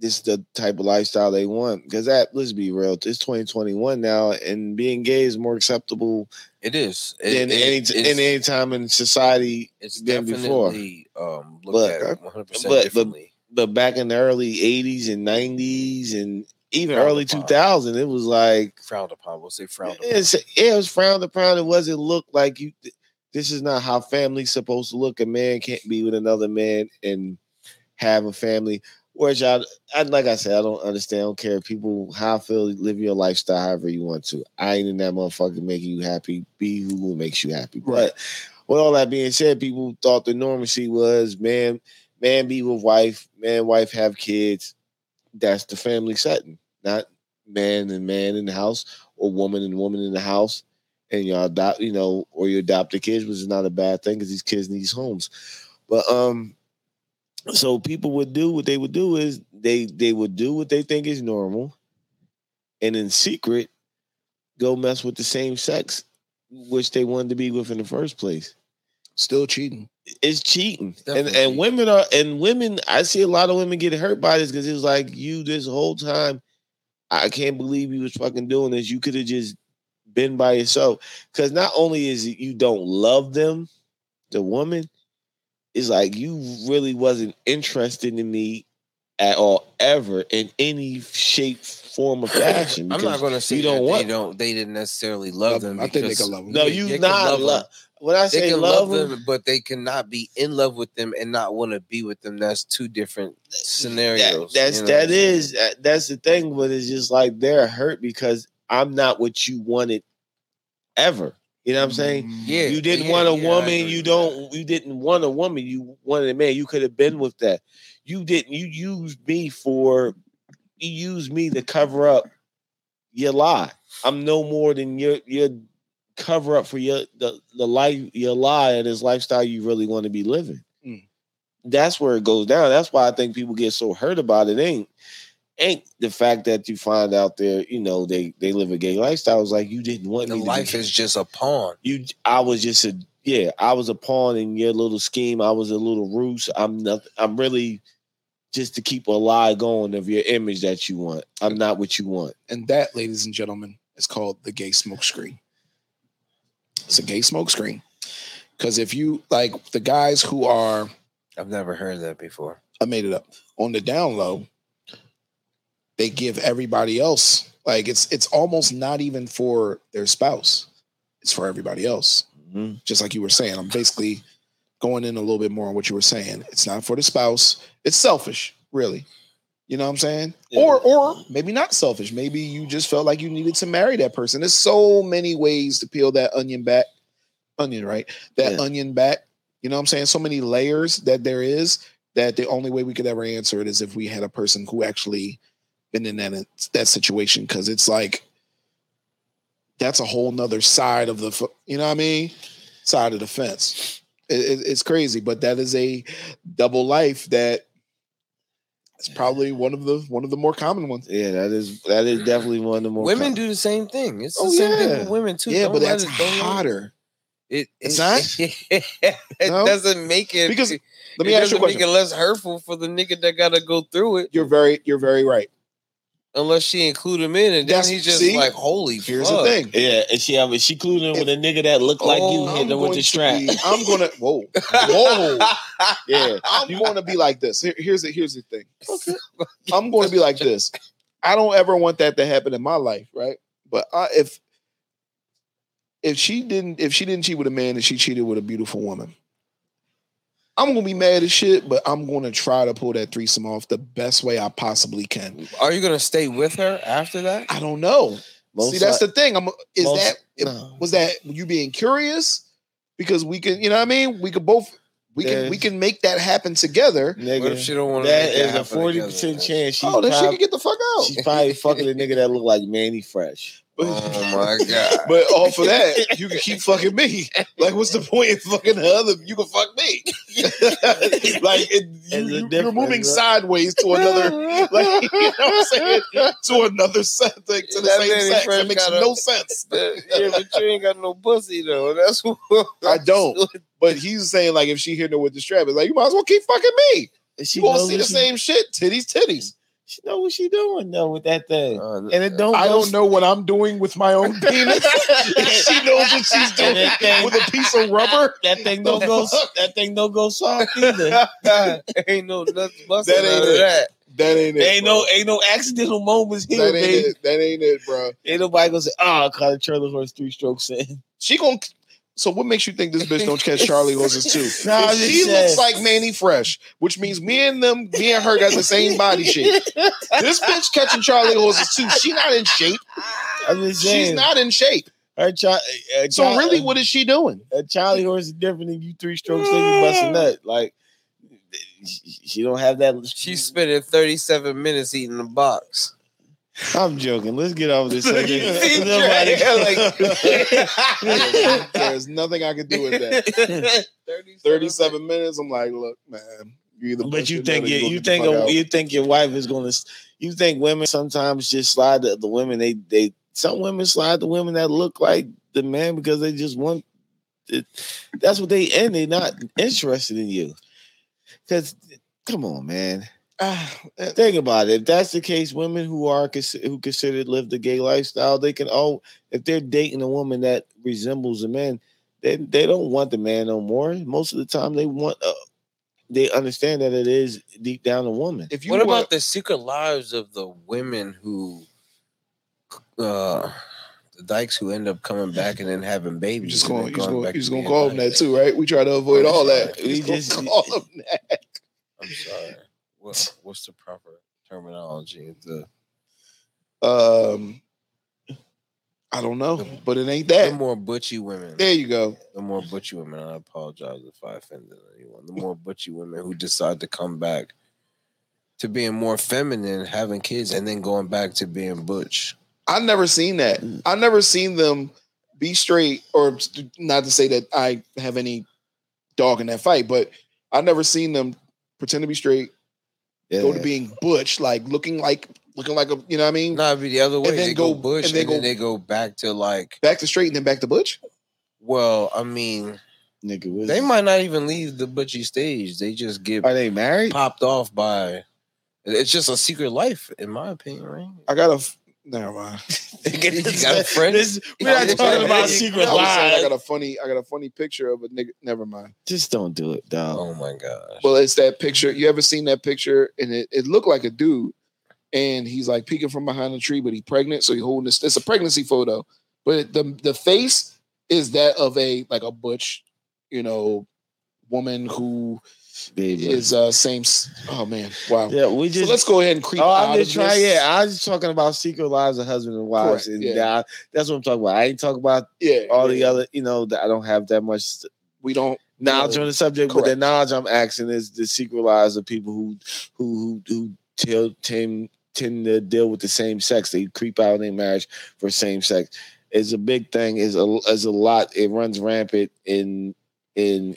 S3: this the type of lifestyle they want. Because that, let's be real, it's 2021 now, and being gay is more acceptable
S2: It is. It,
S3: than
S2: it-
S3: any
S2: it's,
S3: in any time in society.
S2: it's
S3: than before.
S2: definitely um, looked
S3: But-
S2: at 100 percent
S3: but- but-
S2: differently.
S3: But back in the early 80s and 90s, and even
S2: Frowned
S3: early
S2: upon.
S3: 2000, it was like
S2: frowned upon. We'll say frowned upon.
S3: it's, it was frowned upon. It wasn't looked like you. This is not how family's supposed to look. A man can't be with another man and have a family. Whereas I, I like I said, I don't understand. I don't care. People, how I feel, live your lifestyle however you want to. I ain't in that motherfucker making you happy. Be who makes you happy.
S1: Right.
S3: But with all that being said, people thought the normalcy was man, man be with wife, man, wife have kids. That's the family setting, not man and man in the house or woman and woman in the house and y'all adopt, you know, or you adopt the kids, which is not a bad thing because these kids need homes. But um, so people would do what they would do is they they would do what they think is normal, and in secret, go mess with the same sex which they wanted to be with in the first place.
S1: Still cheating.
S3: It's cheating, and
S2: Definitely.
S3: and women are and women. I see a lot of women get hurt by this because it was like you this whole time. I can't believe you was fucking doing this. You could have just been by yourself. Because not only is it you don't love them, the woman, it's like you really wasn't interested in me at all, ever, in any shape, form, or fashion.
S2: I'm
S3: because
S2: not gonna say
S3: you don't
S2: that
S3: want-
S2: they don't. They didn't necessarily love them.
S1: I think they
S2: because
S1: could love them.
S3: No,
S2: they-
S3: you
S2: they can
S3: not
S2: love 'em.
S3: love. When
S2: They
S3: I say
S2: can
S3: love
S2: love
S3: them,
S2: them, but they cannot be in love with them and not want to be with them. That's two different
S3: that,
S2: scenarios.
S3: that's
S2: you know what
S3: that
S2: I'm saying?
S3: is that- that's the thing. But it's just like they're hurt because I'm not what you wanted ever. You know what I'm saying?
S2: Yeah.
S3: You didn't
S2: yeah,
S3: want a
S2: yeah, I
S3: woman.
S2: agree
S3: You
S2: with
S3: don't. You didn't want a woman. You wanted a man. You could have been with that. You didn't. You used me for. You used me to cover up your lie. I'm no more than your your cover up for your the, the life your lie and this lifestyle you really want to be living.
S1: Mm.
S3: That's where it goes down. That's why I think people get so hurt about it. Ain't ain't the fact that you find out there, you know, they they live a gay lifestyle. It's like you didn't want
S2: The
S3: me to be
S2: life is just a pawn.
S3: you I was just a yeah, I was a pawn in your little scheme. I was a little ruse. I'm not I'm really just to keep a lie going of your image that you want. I'm not what you want.
S1: And that, ladies and gentlemen, is called the gay smoke screen. It's a gay smoke screen. Because if you like the guys who are,
S2: I've never heard that before.
S1: I made it up on the down low, they give everybody else like it's it's almost not even for their spouse. It's for everybody else. Just like you were saying, I'm basically going in a little bit more on what you were saying. It's not for the spouse. It's selfish, really. You know what I'm saying?
S3: Yeah.
S1: Or or maybe not selfish. Maybe you just felt like you needed to marry that person. There's so many ways to peel that onion back. Onion, right? That
S3: Yeah.
S1: onion back. You know what I'm saying? So many layers that there is that the only way we could ever answer it is if we had a person who actually been in that that situation because it's like that's a whole nother side of the f- you know what I mean side of the fence. It, it- it's crazy, but that is a double life that it's probably one of the one of the more common ones.
S3: Yeah, that is that is definitely one of the more
S2: women
S3: com-
S2: do the same thing. It's
S1: Oh,
S2: the same
S1: yeah.
S2: thing with women too.
S1: yeah,
S2: Don't
S1: but
S2: let
S1: that's
S2: it- don't let it-
S1: hotter.
S2: It,
S1: It's
S2: it's
S1: not?
S2: it
S1: No.
S2: doesn't make it
S1: Because-
S2: It
S1: Let me ask you
S2: doesn't
S1: a question.
S2: Make it less hurtful for the nigga that gotta go through it,
S1: You're very you're very right.
S2: unless she include him in, and then
S1: That's-
S2: he's just
S1: see?
S2: like, "Holy,
S1: Here's
S2: fuck.
S1: the thing.
S3: Yeah, and she have she clued in with a nigga that looked like you
S2: Oh,
S3: hit him with the strap.
S1: be- I'm gonna whoa whoa.
S3: yeah.
S1: I'm going to be like this. Here- here's the here's the thing. I'm going to be like this. I don't ever want that to happen in my life, right? But I, if if she didn't if she didn't cheat with a man and she cheated with a beautiful woman, I'm gonna be mad as shit. But I'm going to try to pull that threesome off the best way I possibly can.
S2: Are you gonna stay with her after that?
S1: I don't know. See, that's the thing. I'm is
S3: most-
S1: that if-
S3: no.
S1: was that you being curious because we can you know what I mean? We could both we can we
S3: There's-
S1: can make that happen together.
S2: What if
S3: nigga.
S2: she don't want to?
S3: That is a forty percent chance she's,
S1: oh, then she uh,
S3: prob-
S1: can get the fuck out.
S3: she's probably fucking a nigga that look like Manny Fresh.
S2: Oh my god.
S1: But all for that, you can keep fucking me. Like, what's the point in fucking the other? You can fuck me. like, it,
S3: There's a
S1: you, are
S3: difference,
S1: moving
S3: right?
S1: sideways to another, like, you know what I'm saying? To another set, like, to the
S2: That
S1: same
S2: man
S1: sex.
S2: first
S1: That makes
S2: gotta-
S1: no sense.
S2: yeah, but you ain't got no pussy though. That's what
S1: I don't. But he's saying, like, if she hit her with the strap, it's like, you might as well keep fucking me.
S3: And she
S1: You won't
S3: knows
S1: see
S3: what
S1: the
S3: she-
S1: same shit. Titties, titties.
S3: She know what she doing though with that thing,
S2: Uh,
S3: and it don't.
S1: I
S3: go
S1: don't know what I'm doing with my own penis. she knows what she's doing
S3: That thing-
S1: with a piece of rubber.
S3: That thing don't go. That thing don't go soft either.
S2: ain't no nothing busting
S1: That ain't
S2: out of
S1: it.
S2: that.
S1: That ain't it.
S3: ain't
S1: bro.
S3: no, ain't no accidental moments here,
S1: That ain't
S3: baby.
S1: it. That ain't it, bro.
S3: Ain't nobody gonna say, "Oh, I caught a trailer horse three strokes in."
S1: She gon' So what makes you think this bitch don't catch Charlie horses too?
S3: Nah, I'm
S1: If
S3: just
S1: she looks
S3: saying.
S1: like Manny Fresh, which means me and them, me and her got the same body shape. This bitch catching Charlie horses too. She not in shape.
S3: I'm just saying.
S1: She's not in shape.
S3: Her child.
S1: So really, what is she doing?
S3: a Charlie horse is different than you three strokes in you bust a nut. Like she, she don't have that.
S2: She
S1: Mm.
S2: spending 37 minutes eating a box.
S3: I'm joking. Let's get off this.
S2: See,
S3: Nobody-
S1: There's nothing I can do with that.
S2: 37,
S1: Thirty-seven minutes. I'm like, look, man. You either
S3: But
S1: push
S3: you
S1: it or
S3: think you,
S1: gonna
S3: you
S1: get the
S3: think
S1: fuck
S3: a,
S1: out.
S3: you think your wife is gonna s- you think women sometimes just slide the, the women they they some women slide the women that look like the man because they just want it. that's what they and they not interested in you because come on man
S1: Ah, eh,
S3: think about it if that's the case women who are cons- who considered live the gay lifestyle they can all if they're dating a woman that resembles a man they, they don't want the man no more most of the time they want a, they understand that it is deep down a woman
S1: if you
S2: What
S1: want-
S2: about the secret lives of the women who, uh, the dykes who end up coming back and then having
S1: You
S2: babies?
S1: just
S2: and
S1: gonna, you
S2: then
S1: just
S2: going
S1: gonna,
S2: back
S1: you just
S2: to
S1: gonna
S2: being
S1: call them that
S2: dykes?
S1: too, right? We try to avoid all that.
S3: We
S1: We just
S3: just-
S1: gonna call them that.
S2: I'm sorry. What, what's the proper terminology? The,
S1: Um, I don't know, but it ain't
S2: the
S1: that.
S2: more butchy women,
S1: There you go.
S2: the more butchy women. I apologize if I offended anyone. The more butchy women who decide to come back to being more feminine, having kids, and then going back to being butch.
S1: I never seen that. I never seen them be straight, or st- not to say that I have any dog in that fight, but I never seen them pretend to be straight, go to
S3: Yeah.
S1: being butch, like looking like looking like a, you know what I mean?
S2: No, it'd be the other way.
S1: then
S2: they go,
S1: go-
S2: butch,
S1: and then
S2: and then
S1: go-
S2: they go back to like
S1: Back to straight and then back to butch.
S2: Well, I mean,
S3: nigga. what is
S2: they
S3: this?
S2: might not even leave the butchy stage. They just get
S3: Are they married?
S2: popped off by. It's just a secret life, in my opinion, right?
S1: I gotta. F- Never mind.
S2: You got a friend?
S3: This- we're
S2: I
S3: not
S2: was
S3: talking
S2: saying-
S3: about
S1: I,
S3: secret
S1: was saying I
S3: lies.
S1: got a funny. I got a funny picture of a nigga. Never mind.
S3: Just don't do it, dog.
S2: Oh my gosh!
S1: Well, it's that picture. You ever seen that picture? And it, it looked like a dude, and he's like peeking from behind a tree, but he pregnant, so he holding this. It's a pregnancy photo, but the the face is that of a like a butch, you know, woman who
S3: Baby.
S1: is uh same. s- Oh man, wow.
S3: yeah, we
S1: So
S3: just.
S1: let's go ahead and creep.
S3: oh,
S1: out
S3: I'm just
S1: of
S3: trying.
S1: this.
S3: Yeah, I was just talking about secret lives of husband and
S1: Correct,
S3: wives, and
S1: yeah.
S3: that- that's what I'm talking about. I ain't talking about
S1: yeah.
S3: all
S1: yeah.
S3: the other. You know, that I don't have that much
S1: We don't.
S3: knowledge
S1: No,
S3: on the subject, but the
S1: correct.
S3: knowledge I'm asking is the secret lives of people who who who who tell, tend tend to deal with the same sex. They creep out in their marriage for same sex. It's a big thing. Is a is a lot. It runs rampant in in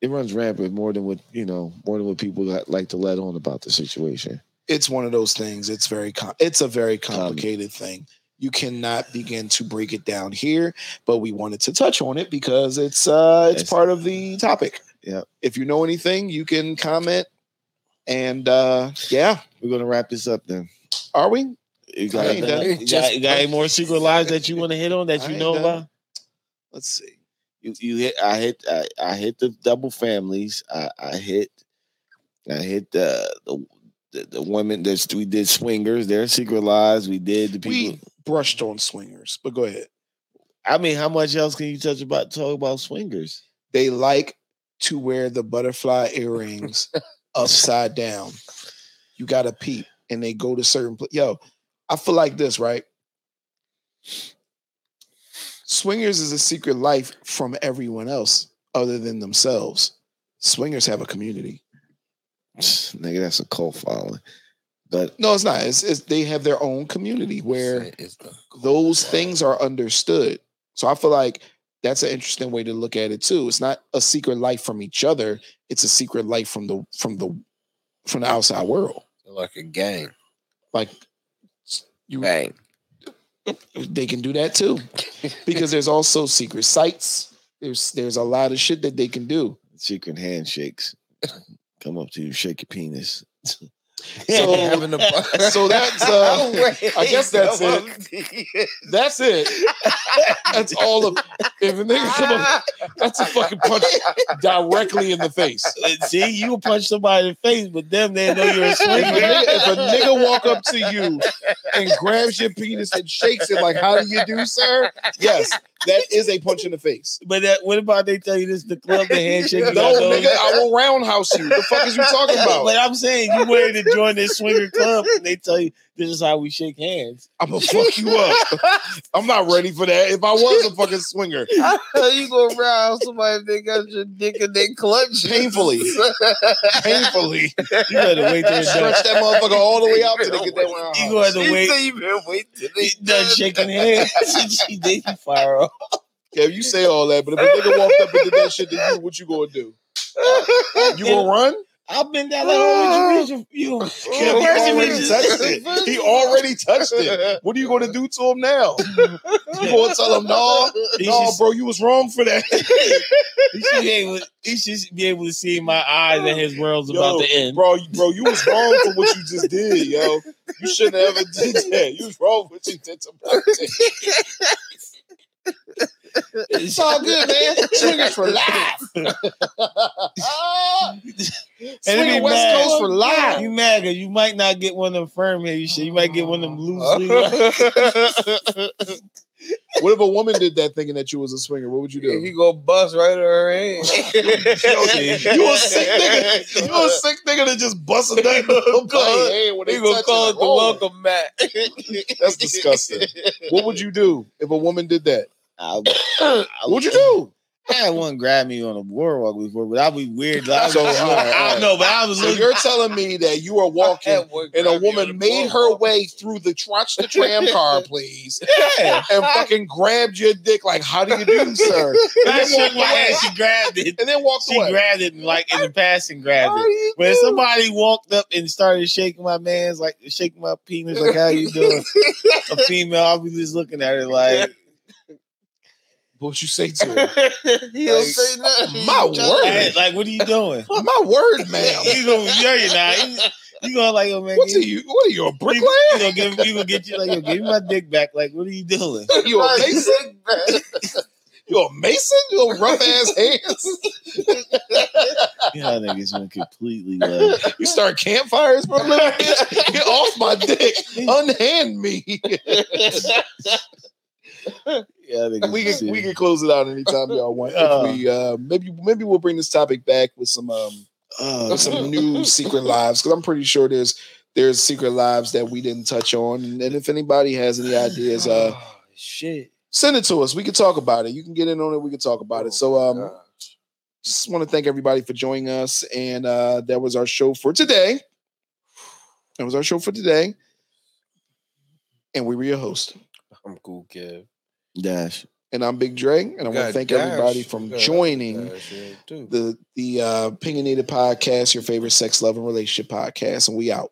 S3: it runs rampant more than what you know more than what people li- like to let on about the situation.
S1: It's one of those things. It's very. Com- it's a
S3: Um,
S1: very complicated thing. You cannot begin to break it down here, but we wanted to touch on it because it's uh it's
S3: Yes.
S1: part of the topic.
S3: Yep.
S1: If you know anything, you can comment. And uh yeah,
S3: We're gonna wrap this up then.
S1: are we?
S3: You
S1: I
S3: got,
S1: ain't done.
S3: you got, you got any more secret lives that you want to hit on
S1: I
S3: that you
S1: ain't
S3: know
S1: done.
S3: about?
S1: Let's see.
S3: you you hit I hit I, I hit the double families. I, I hit I hit the the the, the women that we did swingers, their secret lives. We did the people.
S1: We brushed on swingers, but go ahead.
S3: I mean, how much else can you touch about talk about swingers?
S1: They like to wear the butterfly earrings upside down. You got to peep, and they go to certain. Pl- Yo, I feel like this, right? Swingers is a secret life from everyone else other than themselves. Swingers have a community.
S3: Nigga, that's a cult following. But
S1: No, it's not. It's, it's they have their own community where
S2: It's the-
S1: those things are understood. So I feel like that's an interesting way to look at it too. It's not a secret life from each other. It's a secret life from the from the from the outside world.
S2: like a gang.
S1: Like you,
S2: Bang.
S1: they can do that too, because there's also secret sites. There's there's a lot of shit that they can do.
S3: secret handshakes. Come up to you, shake your penis.
S1: So-
S2: having a bu-
S1: so that's uh, I guess that's
S3: it.
S1: that's it. That's all of. If a nigga come up, that's a fucking punch directly in the face.
S3: See, you will punch somebody in the face, but them they know you're a
S1: If a,
S3: swinger.
S1: nigga, if a nigga walk up to you and grabs your penis and shakes it like, "How do you do, sir?" Yes, that is a punch in the face.
S3: But that, what about they tell you this the club the handshake?
S1: No,
S3: you gotta go-
S1: nigga, I will roundhouse you. The fuck is you talking about?
S3: But I'm saying you wanted to join this swinger club, and they tell you this is how we shake hands.
S1: I'm gonna fuck you up. I'm not ready for that. If I was a fucking swinger,
S2: you gonna rouse somebody if they got your dick in their clutch?
S1: painfully, painfully,
S3: You gotta wait till it's done.
S1: stretch that motherfucker all the way out till they get that
S3: You
S1: roundhouse.
S3: gonna have to wait. He done shaking hands. she did fire off.
S1: Yeah, you say all that, but if a nigga walked up and did that shit to you, what you gonna do? You gonna run?
S3: I've been down like, oh, would you reach your- you?
S1: Yeah,
S3: First
S1: he
S3: of all,
S1: already
S3: just-
S1: touched it. He already touched it. What are you gonna do to him now? You gonna tell him no,
S3: He
S1: no,
S3: should-
S1: bro, you was wrong for that.
S3: He should be able. He should be able to see in my eyes that his world's
S1: Yo,
S3: about to end.
S1: Bro, you- bro, you was wrong for what you just did, yo. You shouldn't have ever did that. You was wrong for what you did to Bronte. It's all good, man. Swingers for life.
S3: And it'd
S1: Swinging
S3: be
S1: West
S3: mad.
S1: Coast for life.
S3: You mad 'cause you might not get one of them firm heavy shit. You might get one of them loose.
S2: if
S1: What if a woman did that thinking that you was a swinger? What would you do?
S2: you go bust right in her head.
S1: You a sick nigga. You a sick nigga that just busted that
S2: call-
S1: hand when they
S2: You gonna
S1: touching
S2: call it
S1: and
S2: the
S1: rolling.
S2: welcome mat.
S1: That's disgusting. What would you do if a woman did that?
S3: I,
S1: What would you do?
S3: I had one grab me on a boardwalk before, but I'd be weird. Like,
S1: So,
S3: uh, I, was-
S1: all right, all right.
S3: no, but I was
S1: So
S3: looking.
S1: you're telling me that you are walking and a woman made her way through the trotch the tram car, please,
S3: Yeah.
S1: and fucking grabbed your dick like, "How do you do, sir?"
S3: I
S1: then
S3: shook
S1: walked
S3: my
S1: away.
S3: hand. She grabbed it.
S1: And then walked
S3: She
S1: away.
S3: grabbed it and like in the passing grabbed it.
S2: you
S3: When somebody walked up and started shaking my man's like shaking my penis, like how you doing? a female, I'll be just looking at her like
S1: What you say to her?
S2: He'll
S1: Like,
S2: say nothing.
S1: my
S2: He's just-
S1: word.
S3: "Hey, like what are you doing?
S1: My word, ma'am.
S3: you gonna yeah, you're not. You- You gonna like yo man.
S1: What's
S3: give-
S1: you? What are you a
S3: you,
S1: bricklayer?
S3: you gonna give you gonna get you like yo, give me my dick back. Like what are you doing?
S1: You a
S2: Like,
S1: mason?
S2: sick man.
S1: You a mason? You a rough ass hands?
S3: You know, niggas went completely like
S1: You start campfires, bro? Little bitch? Get off my dick! Unhand me.
S3: yeah, niggas
S1: we
S3: was
S1: can we
S3: serious.
S1: can close it out anytime y'all want. If we uh, maybe maybe we'll bring this topic back with some um
S3: Oh,
S1: some new secret lives because I'm pretty sure there's there's secret lives that we didn't touch on. And, and if anybody has any ideas, uh,
S2: Oh, shit.
S1: send it to us. We can talk about it. You can get in on it. We can talk about
S2: Oh
S1: it. So um, just want to thank everybody for joining us. And uh, that was our show for today. That was our show for today. And we were your host.
S2: I'm cool, kid.
S3: dash.
S1: And I'm Big Dre. And I want to
S2: God,
S1: thank
S2: gosh.
S1: everybody from
S2: God,
S1: joining
S2: gosh, yeah, dude.
S1: the the uh, opinionated podcast, your favorite sex, love, and relationship podcast. And we out.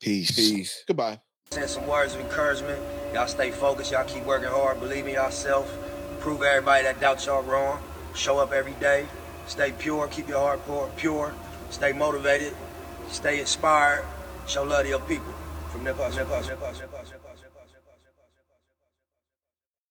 S3: Peace.
S2: Peace.
S1: Goodbye.
S4: Send some words of encouragement. Y'all stay focused. Y'all keep working hard. Believe in yourself. Prove everybody that doubts y'all wrong. Show up every day. Stay pure. Keep your heart pure. pure. Stay motivated. Stay inspired. Show love to your people. From Nepal, Nepal, Nepal, Nepal, Nepal.